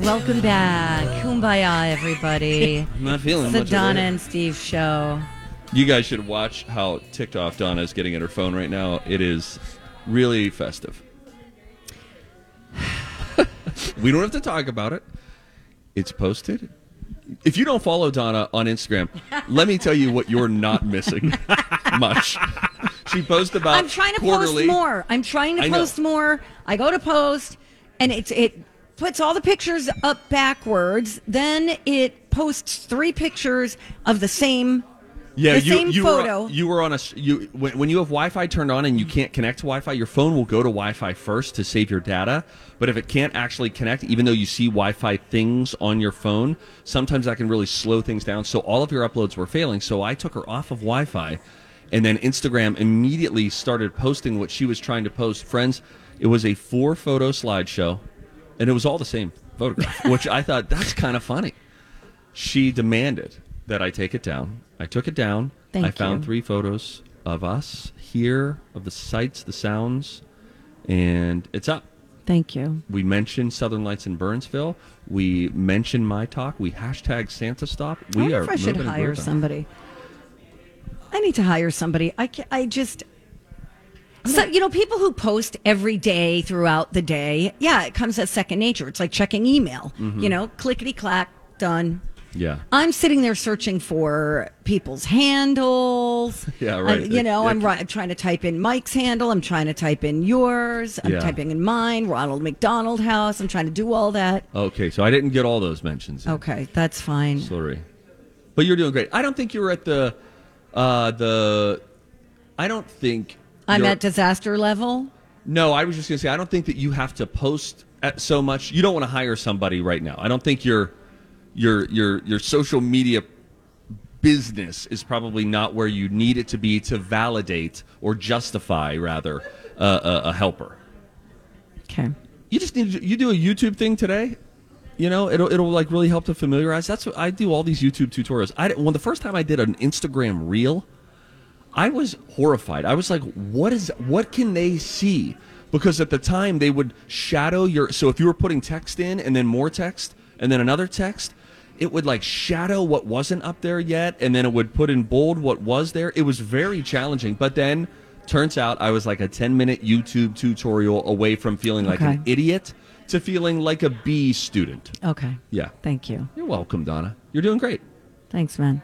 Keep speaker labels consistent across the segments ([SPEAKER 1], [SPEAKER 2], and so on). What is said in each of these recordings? [SPEAKER 1] Welcome back. Kumbaya, everybody.
[SPEAKER 2] I'm not feeling
[SPEAKER 1] It's
[SPEAKER 2] much
[SPEAKER 1] the
[SPEAKER 2] over
[SPEAKER 1] Donna
[SPEAKER 2] here.
[SPEAKER 1] and Steve show.
[SPEAKER 2] You guys should watch how ticked off Donna is getting at her phone right now. It is really festive. we don't have to talk about it. It's posted. If you don't follow Donna on Instagram, let me tell you what you're not missing much. She posts about
[SPEAKER 1] I'm trying to
[SPEAKER 2] quarterly.
[SPEAKER 1] post more. I'm trying to
[SPEAKER 2] I know.
[SPEAKER 1] post more. I go to post, and it's it puts all the pictures up backwards. Then it posts three pictures of the same.
[SPEAKER 2] Yeah,
[SPEAKER 1] the
[SPEAKER 2] you,
[SPEAKER 1] same
[SPEAKER 2] you
[SPEAKER 1] photo.
[SPEAKER 2] Were, you were on a s- you when, when you have Wi-Fi turned on and you can't connect to Wi-Fi, your phone will go to Wi-Fi first to save your data. But if it can't actually connect, even though you see Wi-Fi things on your phone, sometimes that can really slow things down. So all of your uploads were failing. So I took her off of Wi-Fi, and then Instagram immediately started posting what she was trying to post. Friends, it was a four-photo slideshow, and it was all the same photograph, which I thought that's kind of funny she demanded that I take it down. I took it down.
[SPEAKER 1] Thank
[SPEAKER 2] I found
[SPEAKER 1] you.
[SPEAKER 2] three photos of us here, of the sights, the sounds, and it's up.
[SPEAKER 1] Thank you.
[SPEAKER 2] We mentioned Southern Lights in Burnsville. We mentioned my talk. We hashtag Santa Stop.
[SPEAKER 1] I
[SPEAKER 2] We
[SPEAKER 1] wonder
[SPEAKER 2] are
[SPEAKER 1] if I should
[SPEAKER 2] moving and
[SPEAKER 1] hire
[SPEAKER 2] grooving.
[SPEAKER 1] somebody. I need to hire somebody. I ca I just. So, you know, people who post every day throughout the day, yeah, it comes as second nature. It's like checking email,
[SPEAKER 2] Mm-hmm.
[SPEAKER 1] you know, clickety clack, done.
[SPEAKER 2] Yeah.
[SPEAKER 1] I'm sitting there searching for people's handles.
[SPEAKER 2] Yeah, right.
[SPEAKER 1] I'm- you know,
[SPEAKER 2] It-
[SPEAKER 1] I'm,
[SPEAKER 2] it-
[SPEAKER 1] ri- I'm trying to type in Mike's handle. I'm trying to type in yours. I'm
[SPEAKER 2] Yeah.
[SPEAKER 1] typing in mine, Ronald McDonald House. I'm trying to do all that.
[SPEAKER 2] Okay, so I didn't get all those mentions. in.
[SPEAKER 1] Okay, that's fine.
[SPEAKER 2] Sorry. But you're doing great. I don't think you were at the uh the I don't think
[SPEAKER 1] I'm
[SPEAKER 2] you're-
[SPEAKER 1] at disaster level.
[SPEAKER 2] No, I was just going to say, I don't think that you have to post at so much. You don't want to hire somebody right now. I don't think your your your your social media business is probably not where you need it to be to validate or justify rather uh, a, a helper.
[SPEAKER 1] Okay.
[SPEAKER 2] You just need to, you do a YouTube thing today. You know, it'll it'll like really help to familiarize. That's what I do. All these YouTube tutorials. I when the first time I did an Instagram reel, I was horrified. I was like, what is what can they see? Because at the time they would shadow your so if you were putting text in and then more text and then another text, it would like shadow what wasn't up there yet and then it would put in bold what was there. It was very challenging. But then turns out I was like a 10-minute YouTube tutorial away from feeling like an
[SPEAKER 1] Okay.
[SPEAKER 2] idiot to feeling like a B student.
[SPEAKER 1] Okay.
[SPEAKER 2] Yeah.
[SPEAKER 1] Thank you.
[SPEAKER 2] You're welcome, Donna. You're doing great.
[SPEAKER 1] Thanks, man.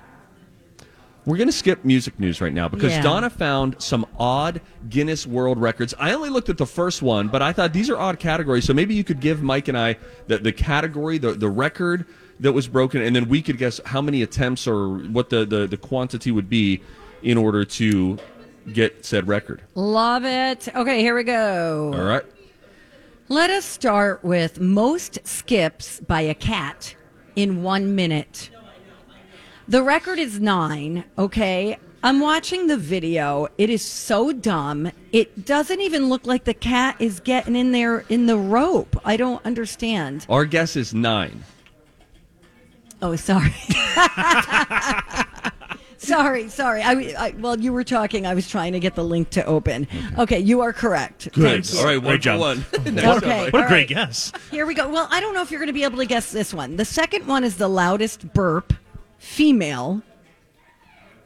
[SPEAKER 2] We're going to skip music news right now because
[SPEAKER 1] Yeah.
[SPEAKER 2] Donna found some odd Guinness World Records. I only looked at the first one, but I thought these are odd categories. So maybe you could give Mike and I the, the category, the, the record that was broken, and then we could guess how many attempts or what the, the, the quantity would be in order to get said record.
[SPEAKER 1] Love it. Okay, here we go.
[SPEAKER 2] All right.
[SPEAKER 1] Let us start with most skips by a cat in one minute. The record is nine, okay? I'm watching the video. It is so dumb. It doesn't even look like the cat is getting in there in the rope. I don't understand.
[SPEAKER 2] Our guess is nine.
[SPEAKER 1] Oh, sorry. sorry, sorry. I, I, while you were talking, I was trying to get the link to open. Okay, you are correct.
[SPEAKER 3] Good.
[SPEAKER 1] Thank you.
[SPEAKER 2] All right, one
[SPEAKER 3] Great
[SPEAKER 2] for
[SPEAKER 3] job.
[SPEAKER 2] one. Next
[SPEAKER 3] What,
[SPEAKER 2] up,
[SPEAKER 1] Okay.
[SPEAKER 2] Mike.
[SPEAKER 3] what a
[SPEAKER 1] all
[SPEAKER 3] great
[SPEAKER 1] right.
[SPEAKER 3] guess.
[SPEAKER 1] Here we go. Well, I don't know if you're going to be able to guess this one. The second one is the loudest burp, female.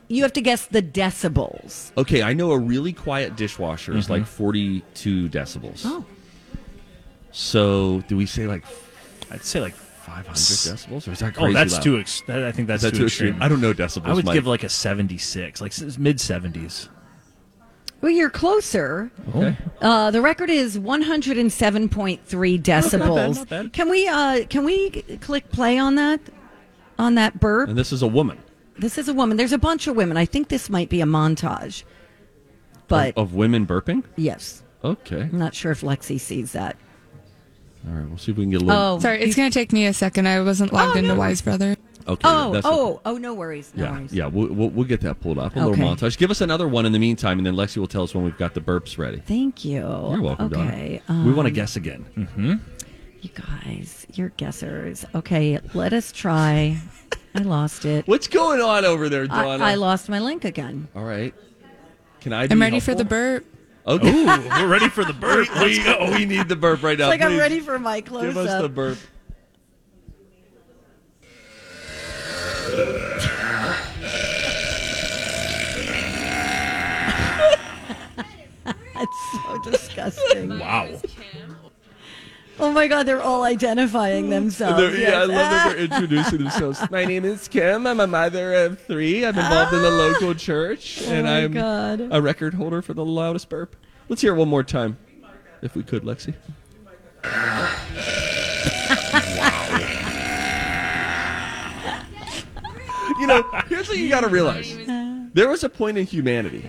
[SPEAKER 1] You have to guess the decibels.
[SPEAKER 2] Okay, I know a really quiet dishwasher
[SPEAKER 1] Mm-hmm.
[SPEAKER 2] is like 42 decibels.
[SPEAKER 3] Oh.
[SPEAKER 1] Oh.
[SPEAKER 2] So do we say like
[SPEAKER 3] I'd say like 500
[SPEAKER 2] decibels, or is that
[SPEAKER 3] Oh,
[SPEAKER 2] crazy?
[SPEAKER 3] that's
[SPEAKER 2] loud?
[SPEAKER 3] too. Ex- that, I think that's
[SPEAKER 2] Is that
[SPEAKER 3] too,
[SPEAKER 2] too extreme? I don't know decibels,
[SPEAKER 3] I would
[SPEAKER 2] Mike.
[SPEAKER 3] give like a 76, like mid 70s.
[SPEAKER 1] Well, you're closer.
[SPEAKER 2] Okay.
[SPEAKER 1] Uh, the record is 107.3 decibels.
[SPEAKER 3] not bad.
[SPEAKER 1] Can we uh, can we click play on that on that burp?
[SPEAKER 2] And this is a woman
[SPEAKER 1] This is a woman. There's a bunch of women. I think this might be a montage. But
[SPEAKER 2] of women burping.
[SPEAKER 1] yes,
[SPEAKER 2] Okay.
[SPEAKER 3] Hmm.
[SPEAKER 1] I'm not sure if Lexi sees that.
[SPEAKER 2] All right. We'll see if we can get a little.
[SPEAKER 4] Sorry, it's going to take me a second. I wasn't logged
[SPEAKER 1] Oh,
[SPEAKER 4] into
[SPEAKER 1] no.
[SPEAKER 4] Wise Brother.
[SPEAKER 2] Okay.
[SPEAKER 1] Oh,
[SPEAKER 2] that's
[SPEAKER 1] oh,
[SPEAKER 2] okay.
[SPEAKER 1] oh, no worries. No
[SPEAKER 2] Yeah,
[SPEAKER 1] worries.
[SPEAKER 2] yeah, we'll, we'll, we'll get that pulled up. A little
[SPEAKER 1] Okay.
[SPEAKER 2] montage. Give us another one in the meantime, and then Lexi will tell us when we've got the burps ready.
[SPEAKER 1] Thank you.
[SPEAKER 2] You're welcome, Donna.
[SPEAKER 1] Okay. um,
[SPEAKER 2] we want to guess again.
[SPEAKER 3] Hmm.
[SPEAKER 1] You guys, you're guessers. Okay, let us try. I lost it.
[SPEAKER 2] What's going on over there, Donna?
[SPEAKER 1] I, I lost my link again.
[SPEAKER 2] All right. Can I? Be
[SPEAKER 4] I'm ready for the
[SPEAKER 2] helpful?
[SPEAKER 4] burp.
[SPEAKER 2] Okay. Oh,
[SPEAKER 3] Ooh, we're ready for the bird.
[SPEAKER 2] we, we need the burp right now.
[SPEAKER 1] Like I'm
[SPEAKER 2] please.
[SPEAKER 1] ready for my close
[SPEAKER 2] Give us the
[SPEAKER 1] up.
[SPEAKER 2] burp.
[SPEAKER 1] disgusting.
[SPEAKER 2] Wow.
[SPEAKER 1] Oh my god, they're all identifying themselves.
[SPEAKER 2] They're- yeah, I
[SPEAKER 1] Yes.
[SPEAKER 2] love that they're introducing themselves. My name is Kim. I'm a mother of three. I'm involved in the local church, and
[SPEAKER 1] Ah! Oh my
[SPEAKER 2] I'm
[SPEAKER 1] God.
[SPEAKER 2] a record holder for the loudest burp. Let's hear it one more time, if we could, Lexi. you know, here's what you got to realize: there was a point in humanity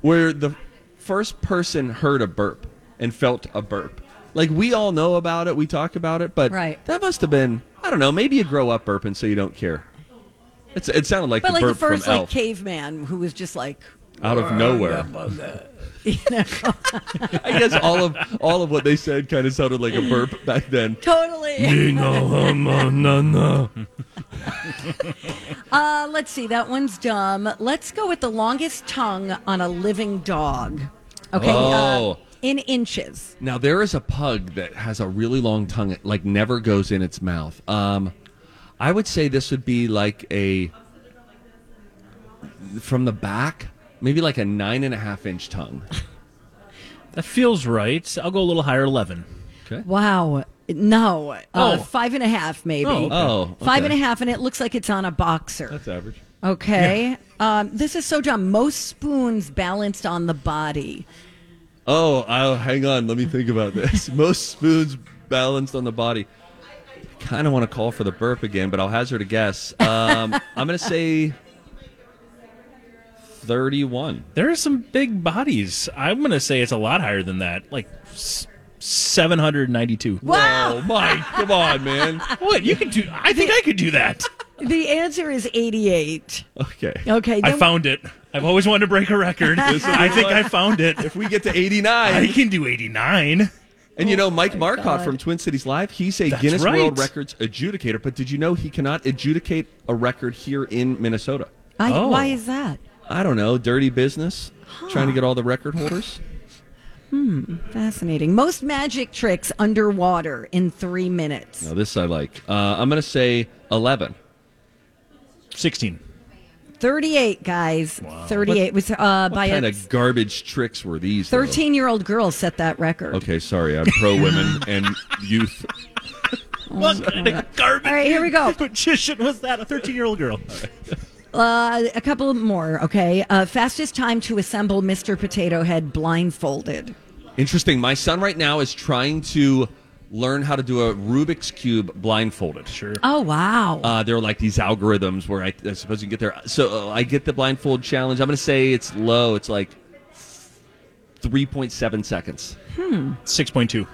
[SPEAKER 2] where the first person heard a burp and felt a burp. Like we all know about it, we talk about it, but
[SPEAKER 1] Right.
[SPEAKER 2] that must have been I don't know, maybe you grow up burping so you don't care. It's, it sounded like
[SPEAKER 1] But
[SPEAKER 2] the
[SPEAKER 1] like
[SPEAKER 2] burp
[SPEAKER 1] the first
[SPEAKER 2] from
[SPEAKER 1] like
[SPEAKER 2] Elf
[SPEAKER 1] caveman who was just like
[SPEAKER 2] out of nowhere. I guess all of all of what they said kind of sounded like a burp back then.
[SPEAKER 1] totally.
[SPEAKER 2] Ding-a-hum-a-na-na.
[SPEAKER 1] Uh, let's see, that one's dumb. Let's go with the longest tongue on a living dog. Okay, uh,
[SPEAKER 2] Oh.
[SPEAKER 1] in inches.
[SPEAKER 2] Now there is a pug that has a really long tongue, it, like never goes in its mouth. Um, I would say this would be like a from the back, maybe like a nine and a half inch tongue.
[SPEAKER 3] That feels right. I'll go a little higher, 11.
[SPEAKER 1] Wow. No, uh,
[SPEAKER 3] Oh.
[SPEAKER 1] five and a half maybe.
[SPEAKER 3] Oh, okay. Uh,
[SPEAKER 2] Oh,
[SPEAKER 1] Five and a
[SPEAKER 2] okay.
[SPEAKER 1] half, and it looks like it's on a boxer.
[SPEAKER 2] That's average.
[SPEAKER 1] Okay. Um, this is so dumb. Most spoons balanced on the body.
[SPEAKER 2] Oh, I'll, hang on. Let me think about this. Most spoons balanced on the body. I kind of want to call for the burp again, but I'll hazard a guess. Um, I'm going to say 31.
[SPEAKER 3] There are some big bodies. I'm going to say it's a lot higher than that. Like s- 792.
[SPEAKER 1] Wow.
[SPEAKER 2] Oh, Mike, come on, man.
[SPEAKER 3] What? You could do I think I could do that.
[SPEAKER 1] The answer is 88.
[SPEAKER 2] Okay.
[SPEAKER 1] Okay.
[SPEAKER 3] I
[SPEAKER 1] then-
[SPEAKER 3] found it. I've always wanted to break a record.
[SPEAKER 2] This will be
[SPEAKER 3] I think
[SPEAKER 2] one.
[SPEAKER 3] I found it.
[SPEAKER 2] If we get to
[SPEAKER 3] I
[SPEAKER 2] 89,
[SPEAKER 3] can do 89.
[SPEAKER 2] and you know, Mike Marcotte
[SPEAKER 1] God.
[SPEAKER 2] from Twin Cities Live, he's a
[SPEAKER 3] Oh That's
[SPEAKER 2] Guinness
[SPEAKER 3] right.
[SPEAKER 2] World Records adjudicator, but did you know he cannot adjudicate a record here in Minnesota?
[SPEAKER 1] I,
[SPEAKER 3] Oh.
[SPEAKER 1] Why is that?
[SPEAKER 2] I don't know, dirty business, trying to get all the record holders.
[SPEAKER 1] Fascinating. Most magic tricks underwater in three minutes.
[SPEAKER 2] Now, this I like. Uh, I'm going to say 11.
[SPEAKER 3] 16.
[SPEAKER 1] 38, guys. 38 was uh, by
[SPEAKER 2] What kind
[SPEAKER 1] a
[SPEAKER 2] of garbage tricks were these? though?
[SPEAKER 1] 13 year old girl set that record.
[SPEAKER 2] Okay, sorry. I'm pro women and youth.
[SPEAKER 3] What kind of garbage
[SPEAKER 1] All right, here we go.
[SPEAKER 3] magician was that? A 13 year old girl.
[SPEAKER 1] Uh, a couple more, okay? Uh, fastest time to assemble Mr. Potato Head blindfolded.
[SPEAKER 2] Interesting. My son right now is trying to learn how to do a Rubik's Cube blindfolded.
[SPEAKER 3] Sure.
[SPEAKER 1] Oh, wow.
[SPEAKER 2] Uh, there are like these algorithms where I, I suppose you get there. So uh, I get the blindfold challenge. I'm going to say it's low. It's like 3.7 seconds.
[SPEAKER 3] 6.2.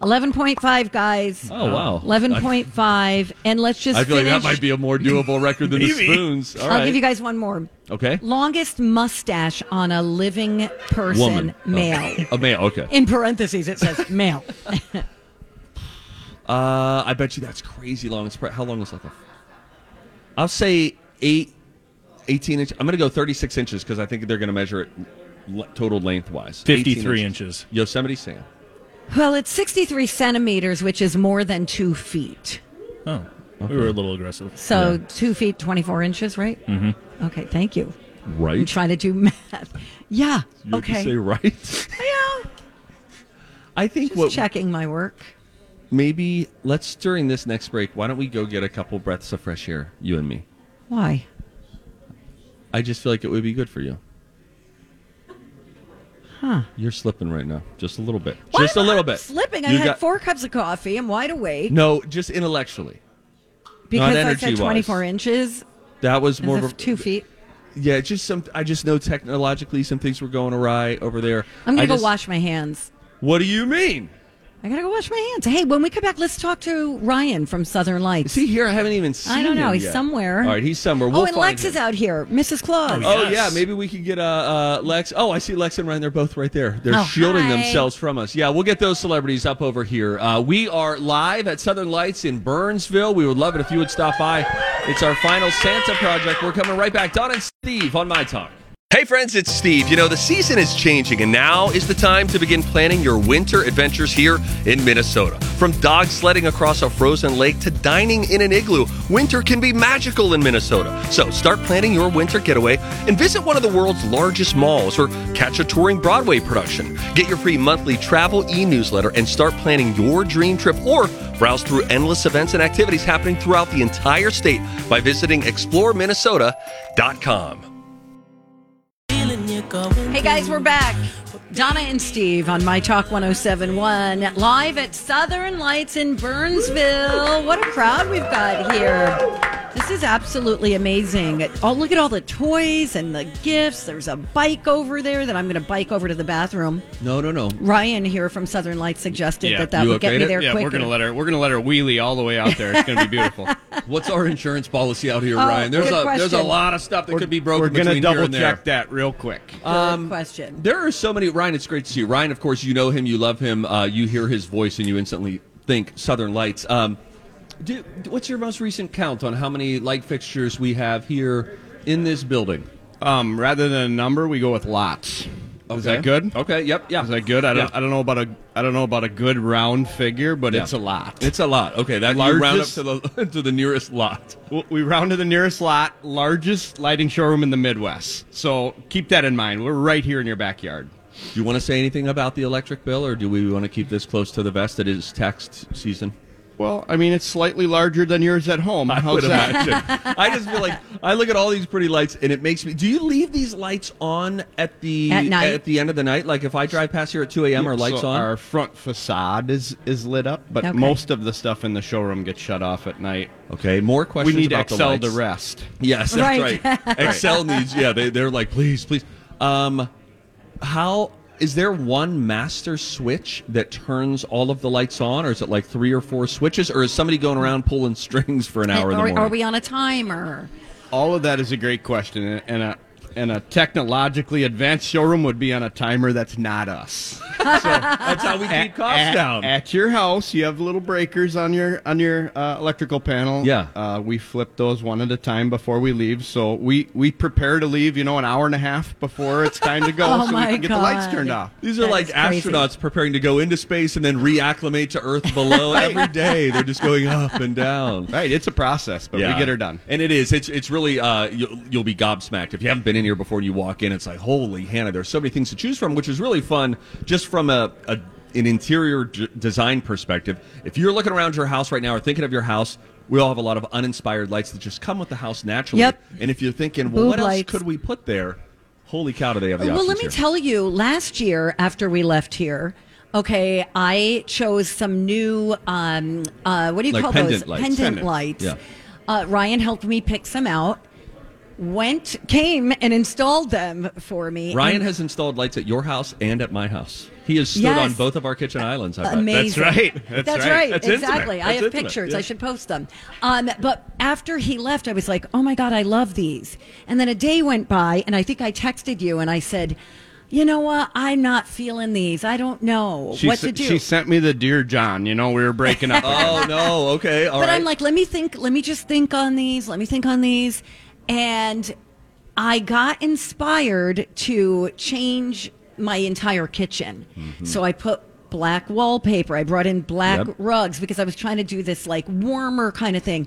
[SPEAKER 1] 11.5, guys.
[SPEAKER 2] Oh, wow.
[SPEAKER 1] 11.5. And let's just
[SPEAKER 2] I feel like
[SPEAKER 1] finish.
[SPEAKER 2] that might be a more doable record than the
[SPEAKER 3] Maybe.
[SPEAKER 2] spoons. All
[SPEAKER 1] I'll
[SPEAKER 2] right.
[SPEAKER 1] give you guys one more.
[SPEAKER 2] okay.
[SPEAKER 1] Longest mustache on a living person,
[SPEAKER 2] Woman. Oh.
[SPEAKER 1] male.
[SPEAKER 2] A male. Okay.
[SPEAKER 1] In parentheses, it says male.
[SPEAKER 2] Uh, I bet you that's crazy long. It's probably, how long is like a? I'll say eight, 18 inch. I'm gonna go 36 inches because I think they're gonna measure it l- total lengthwise.
[SPEAKER 3] 53
[SPEAKER 2] 18
[SPEAKER 3] inches.
[SPEAKER 2] Yosemite Sam.
[SPEAKER 1] well, it's 63 centimeters, which is more than two feet.
[SPEAKER 3] Oh. We were a little aggressive.
[SPEAKER 1] So two feet, 24 inches, right? Mm-hmm. Okay, thank you. I'm
[SPEAKER 2] Right.
[SPEAKER 1] trying to do math. Yeah, okay.
[SPEAKER 2] Say right.
[SPEAKER 1] Yeah,
[SPEAKER 2] I think
[SPEAKER 1] just
[SPEAKER 2] what
[SPEAKER 1] checking my work.
[SPEAKER 2] maybe let's during this next break. Why don't we go get a couple breaths of fresh air, you and me?
[SPEAKER 1] Why?
[SPEAKER 2] I just feel like it would be good for you. Huh? You're slipping right now, just a little bit.
[SPEAKER 1] Why
[SPEAKER 2] just a
[SPEAKER 1] am I
[SPEAKER 2] little bit.
[SPEAKER 1] Slipping. I
[SPEAKER 2] You
[SPEAKER 1] had
[SPEAKER 2] got-
[SPEAKER 1] four cups of coffee. I'm wide awake.
[SPEAKER 2] No, just intellectually.
[SPEAKER 1] Because I said
[SPEAKER 2] energy-wise.
[SPEAKER 1] 24 inches,
[SPEAKER 2] That was more
[SPEAKER 1] as
[SPEAKER 2] of a,
[SPEAKER 1] if two feet.
[SPEAKER 2] Yeah, it's just some. I just know technologically some things were going awry over there.
[SPEAKER 1] I'm
[SPEAKER 2] I
[SPEAKER 1] gonna go
[SPEAKER 2] just-
[SPEAKER 1] wash my hands.
[SPEAKER 2] What do you mean?
[SPEAKER 1] I gotta go wash my hands. Hey, when we come back, let's talk to Ryan from Southern Lights.
[SPEAKER 2] See here, I haven't even seen.
[SPEAKER 1] I don't know.
[SPEAKER 2] him
[SPEAKER 1] He's
[SPEAKER 2] yet.
[SPEAKER 1] somewhere.
[SPEAKER 2] All right, he's somewhere. We'll
[SPEAKER 1] oh, and
[SPEAKER 2] find
[SPEAKER 1] Lex
[SPEAKER 2] him.
[SPEAKER 1] is out here. Mrs. Claus.
[SPEAKER 2] Oh
[SPEAKER 3] Yes.
[SPEAKER 2] yeah, maybe we could get uh, uh, Lex. Oh, I see Lex and Ryan. They're both right there. They're
[SPEAKER 1] Oh,
[SPEAKER 2] shielding
[SPEAKER 1] hi.
[SPEAKER 2] themselves from us. Yeah, we'll get those celebrities up over here. Uh, we are live at Southern Lights in Burnsville. We would love it if you would stop by. It's our final Santa project. We're coming right back. Don and Steve on my talk. Hey friends, it's Steve. You know, the season is changing, and now is the time to begin planning your winter adventures here in Minnesota. From dog sledding across a frozen lake to dining in an igloo, winter can be magical in Minnesota. So start planning your winter getaway and visit one of the world's largest malls or catch a touring Broadway production. Get your free monthly travel e newsletter and start planning your dream trip or browse through endless events and activities happening throughout the entire state by visiting exploreminnesota.com.
[SPEAKER 1] Hey guys, we're back. Donna and Steve on My Talk 1071, live at Southern Lights in Burnsville. What a crowd we've got here. This is absolutely amazing. Oh, look at all the toys and the gifts. There's a bike over there that I'm going to bike over to the bathroom.
[SPEAKER 2] No, no, no.
[SPEAKER 1] Ryan here from Southern Lights suggested
[SPEAKER 5] Yeah,
[SPEAKER 1] that that
[SPEAKER 2] you
[SPEAKER 1] would get
[SPEAKER 2] okayed
[SPEAKER 1] me
[SPEAKER 2] it?
[SPEAKER 1] there
[SPEAKER 5] Yeah,
[SPEAKER 1] quicker.
[SPEAKER 5] we're gonna let her. We're gonna let her wheelie all the way out there. It's gonna be beautiful.
[SPEAKER 2] What's our insurance policy out here, Ryan? There's
[SPEAKER 1] Oh, good
[SPEAKER 2] a there's a
[SPEAKER 1] question.
[SPEAKER 2] lot of stuff that could be broken
[SPEAKER 5] we're gonna
[SPEAKER 2] between here
[SPEAKER 5] double
[SPEAKER 2] and there.
[SPEAKER 5] check that real quick.
[SPEAKER 1] Good
[SPEAKER 2] um,
[SPEAKER 1] question.
[SPEAKER 2] There are so many Ryan. It's great to see you, Ryan. Of course, you know him, you love him, uh, you hear his voice, and you instantly think Southern Lights. Um, do, what's your most recent count on how many light fixtures we have here in this building?
[SPEAKER 5] Um, rather than a number, we go with lots. Is that good?
[SPEAKER 2] Okay. Yep. Yeah.
[SPEAKER 5] Is that good? I don't.
[SPEAKER 2] Yeah.
[SPEAKER 5] I don't know about a. I don't know about a good round figure, but
[SPEAKER 2] Yeah.
[SPEAKER 5] it's a lot.
[SPEAKER 2] It's a lot. Okay. That you round up
[SPEAKER 5] Largest-
[SPEAKER 2] to the to the nearest lot.
[SPEAKER 5] W- we round to the nearest lot, largest lighting showroom in the Midwest. So keep that in mind. We're right here in your backyard.
[SPEAKER 2] Do you want to say anything about the electric bill, or do we want to keep this close to the vest? It is tax season.
[SPEAKER 5] Well, I mean, it's slightly larger than yours at home. How's
[SPEAKER 2] would
[SPEAKER 5] that?
[SPEAKER 2] imagine. I just feel like I look at all these pretty lights, and it makes me. Do you leave these lights on at the
[SPEAKER 1] At night.
[SPEAKER 2] the end of the night? Like if I drive past here at two a.m. are lights
[SPEAKER 5] So
[SPEAKER 2] on?
[SPEAKER 5] Our front facade is is lit up, but
[SPEAKER 1] Okay.
[SPEAKER 5] most of the stuff in the showroom gets shut off at night.
[SPEAKER 2] okay, more
[SPEAKER 5] We
[SPEAKER 2] questions.
[SPEAKER 5] need
[SPEAKER 2] about
[SPEAKER 5] Excel
[SPEAKER 2] the
[SPEAKER 5] to
[SPEAKER 2] lights.
[SPEAKER 5] rest.
[SPEAKER 2] Yes, that's
[SPEAKER 1] Right.
[SPEAKER 2] right. Excel needs. Yeah, they they're like, please, please. Um, how is there one master switch that turns all of the lights on, or is it like three or four switches, or is somebody going around pulling strings for an hour in the
[SPEAKER 1] Are,
[SPEAKER 2] morning?
[SPEAKER 1] are we on a timer?
[SPEAKER 5] All of that is a great question, and- and a and a technologically advanced showroom would be on a timer that's not us.
[SPEAKER 2] that's how we keep costs
[SPEAKER 5] at,
[SPEAKER 2] down.
[SPEAKER 5] at your house, you have little breakers on your on your uh, electrical panel.
[SPEAKER 2] Yeah.
[SPEAKER 5] uh, we flip those one at a time before we leave. So we we prepare to leave, you know, an hour and a half before it's time to go,
[SPEAKER 1] Oh
[SPEAKER 5] so
[SPEAKER 1] my
[SPEAKER 5] we can get the lights
[SPEAKER 1] God.
[SPEAKER 5] turned off.
[SPEAKER 2] These are
[SPEAKER 1] That
[SPEAKER 2] like
[SPEAKER 1] is crazy.
[SPEAKER 2] astronauts preparing to go into space and then reacclimate to Earth below every day. They're just going up and down.
[SPEAKER 5] Right, it's a process, but we get her done.
[SPEAKER 2] And it is. It's it's really uh, you'll, you'll be gobsmacked if you haven't been in here before and you walk in. It's like holy Hannah, there's so many things to choose from, which is really fun. Just from a, a an interior d- design perspective, if you're looking around your house right now or thinking of your house. We all have a lot of uninspired lights that just come with the house naturally.
[SPEAKER 1] Yep.
[SPEAKER 2] And if you're thinking, well,
[SPEAKER 1] Boob
[SPEAKER 2] what else
[SPEAKER 1] lights.
[SPEAKER 2] could we put there? Holy cow, do they have the
[SPEAKER 1] Well,
[SPEAKER 2] options
[SPEAKER 1] let me
[SPEAKER 2] here.
[SPEAKER 1] tell you, last year after we left here, okay, I chose some new, um, uh, what do you
[SPEAKER 2] Like
[SPEAKER 1] call
[SPEAKER 2] pendant
[SPEAKER 1] those?
[SPEAKER 2] lights.
[SPEAKER 1] Pendant,
[SPEAKER 2] Pendant.
[SPEAKER 1] lights.
[SPEAKER 2] Yeah.
[SPEAKER 1] Uh, Ryan helped me pick some out, went, came, and installed them for me.
[SPEAKER 2] Ryan
[SPEAKER 1] And
[SPEAKER 2] has installed lights at your house and at my house. He has stood
[SPEAKER 1] Yes.
[SPEAKER 2] on both of our kitchen islands. I bet.
[SPEAKER 1] Amazing.
[SPEAKER 3] That's right. That's right. That's intimate.
[SPEAKER 1] exactly. I
[SPEAKER 2] That's
[SPEAKER 1] have
[SPEAKER 2] intimate.
[SPEAKER 1] pictures.
[SPEAKER 2] Yeah.
[SPEAKER 1] I should post them. Um, but after he left, I was like, oh my God, I love these. And then a day went by, and I think I texted you and I said, you know what? I'm not feeling these. I don't know
[SPEAKER 5] She
[SPEAKER 1] what
[SPEAKER 5] se-
[SPEAKER 1] to do.
[SPEAKER 5] She sent me the dear John. You know, we were breaking up.
[SPEAKER 2] Oh no. Okay. All
[SPEAKER 1] but
[SPEAKER 2] right.
[SPEAKER 1] I'm like, let me think. Let me just think on these. Let me think on these. And I got inspired to change my entire kitchen. So I put black wallpaper. I brought in black
[SPEAKER 2] Mm-hmm. Yep.
[SPEAKER 1] rugs because I was trying to do this like warmer kind of thing.